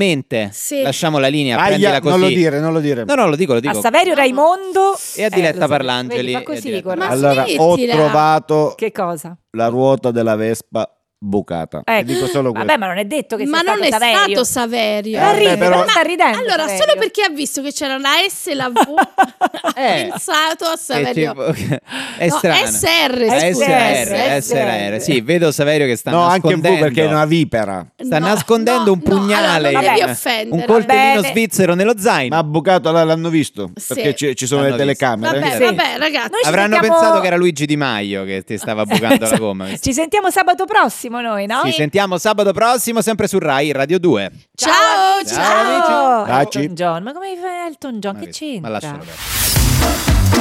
[SPEAKER 6] Sì.
[SPEAKER 5] lasciamo la linea,
[SPEAKER 7] Aia,
[SPEAKER 5] prendila così.
[SPEAKER 7] non lo dire, non lo dire.
[SPEAKER 5] No, no, lo dico, lo dico.
[SPEAKER 8] A Saverio Raimondo
[SPEAKER 5] E a Diletta
[SPEAKER 8] lo so.
[SPEAKER 5] Parlangeli
[SPEAKER 8] Vedi, fa
[SPEAKER 5] e a
[SPEAKER 8] così,
[SPEAKER 5] Diletta
[SPEAKER 8] guarda.
[SPEAKER 6] Ma
[SPEAKER 7] allora, ho
[SPEAKER 6] smettila.
[SPEAKER 7] trovato
[SPEAKER 8] Che cosa?
[SPEAKER 7] la ruota della Vespa bucata.
[SPEAKER 8] Eh,
[SPEAKER 7] E dico solo questo.
[SPEAKER 8] Vabbè, ma non è detto che
[SPEAKER 6] Ma
[SPEAKER 8] sia
[SPEAKER 6] non è
[SPEAKER 8] stato Saverio.
[SPEAKER 6] stato Saverio.
[SPEAKER 8] Sta
[SPEAKER 7] Eh,
[SPEAKER 8] ridendo,
[SPEAKER 7] però-
[SPEAKER 8] non sta ridendo.
[SPEAKER 6] Allora,
[SPEAKER 8] Saverio.
[SPEAKER 6] solo perché ha visto che c'era la S e la
[SPEAKER 8] [LAUGHS]
[SPEAKER 6] V, ha
[SPEAKER 5] Eh.
[SPEAKER 6] pensato a
[SPEAKER 5] Eh,
[SPEAKER 6] Saverio.
[SPEAKER 5] tipo- [LAUGHS] è
[SPEAKER 6] No,
[SPEAKER 5] strano.
[SPEAKER 6] SR,
[SPEAKER 5] Eh,
[SPEAKER 6] scusa.
[SPEAKER 5] SR, SR. Sì, vedo Saverio che sta
[SPEAKER 7] no, anche
[SPEAKER 5] nascondendo.
[SPEAKER 7] V perché è una vipera.
[SPEAKER 5] Sta
[SPEAKER 6] No,
[SPEAKER 5] nascondendo
[SPEAKER 6] no,
[SPEAKER 5] un
[SPEAKER 6] no,
[SPEAKER 5] pugnale,
[SPEAKER 6] allora non devi
[SPEAKER 5] un-
[SPEAKER 6] offendere.
[SPEAKER 5] un coltellino
[SPEAKER 8] Bene.
[SPEAKER 5] svizzero nello zaino.
[SPEAKER 7] Ma bucato allora, l'hanno visto
[SPEAKER 6] Sì.
[SPEAKER 7] perché ci, ci sono
[SPEAKER 5] L'hanno
[SPEAKER 7] le
[SPEAKER 5] visto.
[SPEAKER 7] telecamere.
[SPEAKER 6] Vabbè,
[SPEAKER 5] Sì.
[SPEAKER 6] vabbè, ragazzi.
[SPEAKER 8] Noi ci
[SPEAKER 5] Avranno
[SPEAKER 8] sentiamo- Esatto.
[SPEAKER 5] pensato che era Luigi Di Maio che ti stava bucando la gomma.
[SPEAKER 8] Ci sentiamo sabato prossimo noi, no?
[SPEAKER 5] Ci sentiamo sabato prossimo, sempre su Rai Radio 2.
[SPEAKER 6] Ciao, ciao.
[SPEAKER 8] Ciao.
[SPEAKER 7] Baci.
[SPEAKER 8] Elton John, ma come fa Elton John?
[SPEAKER 5] Ma
[SPEAKER 8] che
[SPEAKER 5] che-
[SPEAKER 8] c'entra?
[SPEAKER 5] Ma lascialo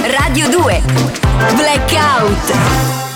[SPEAKER 5] perdere.
[SPEAKER 2] Radio 2 Blackout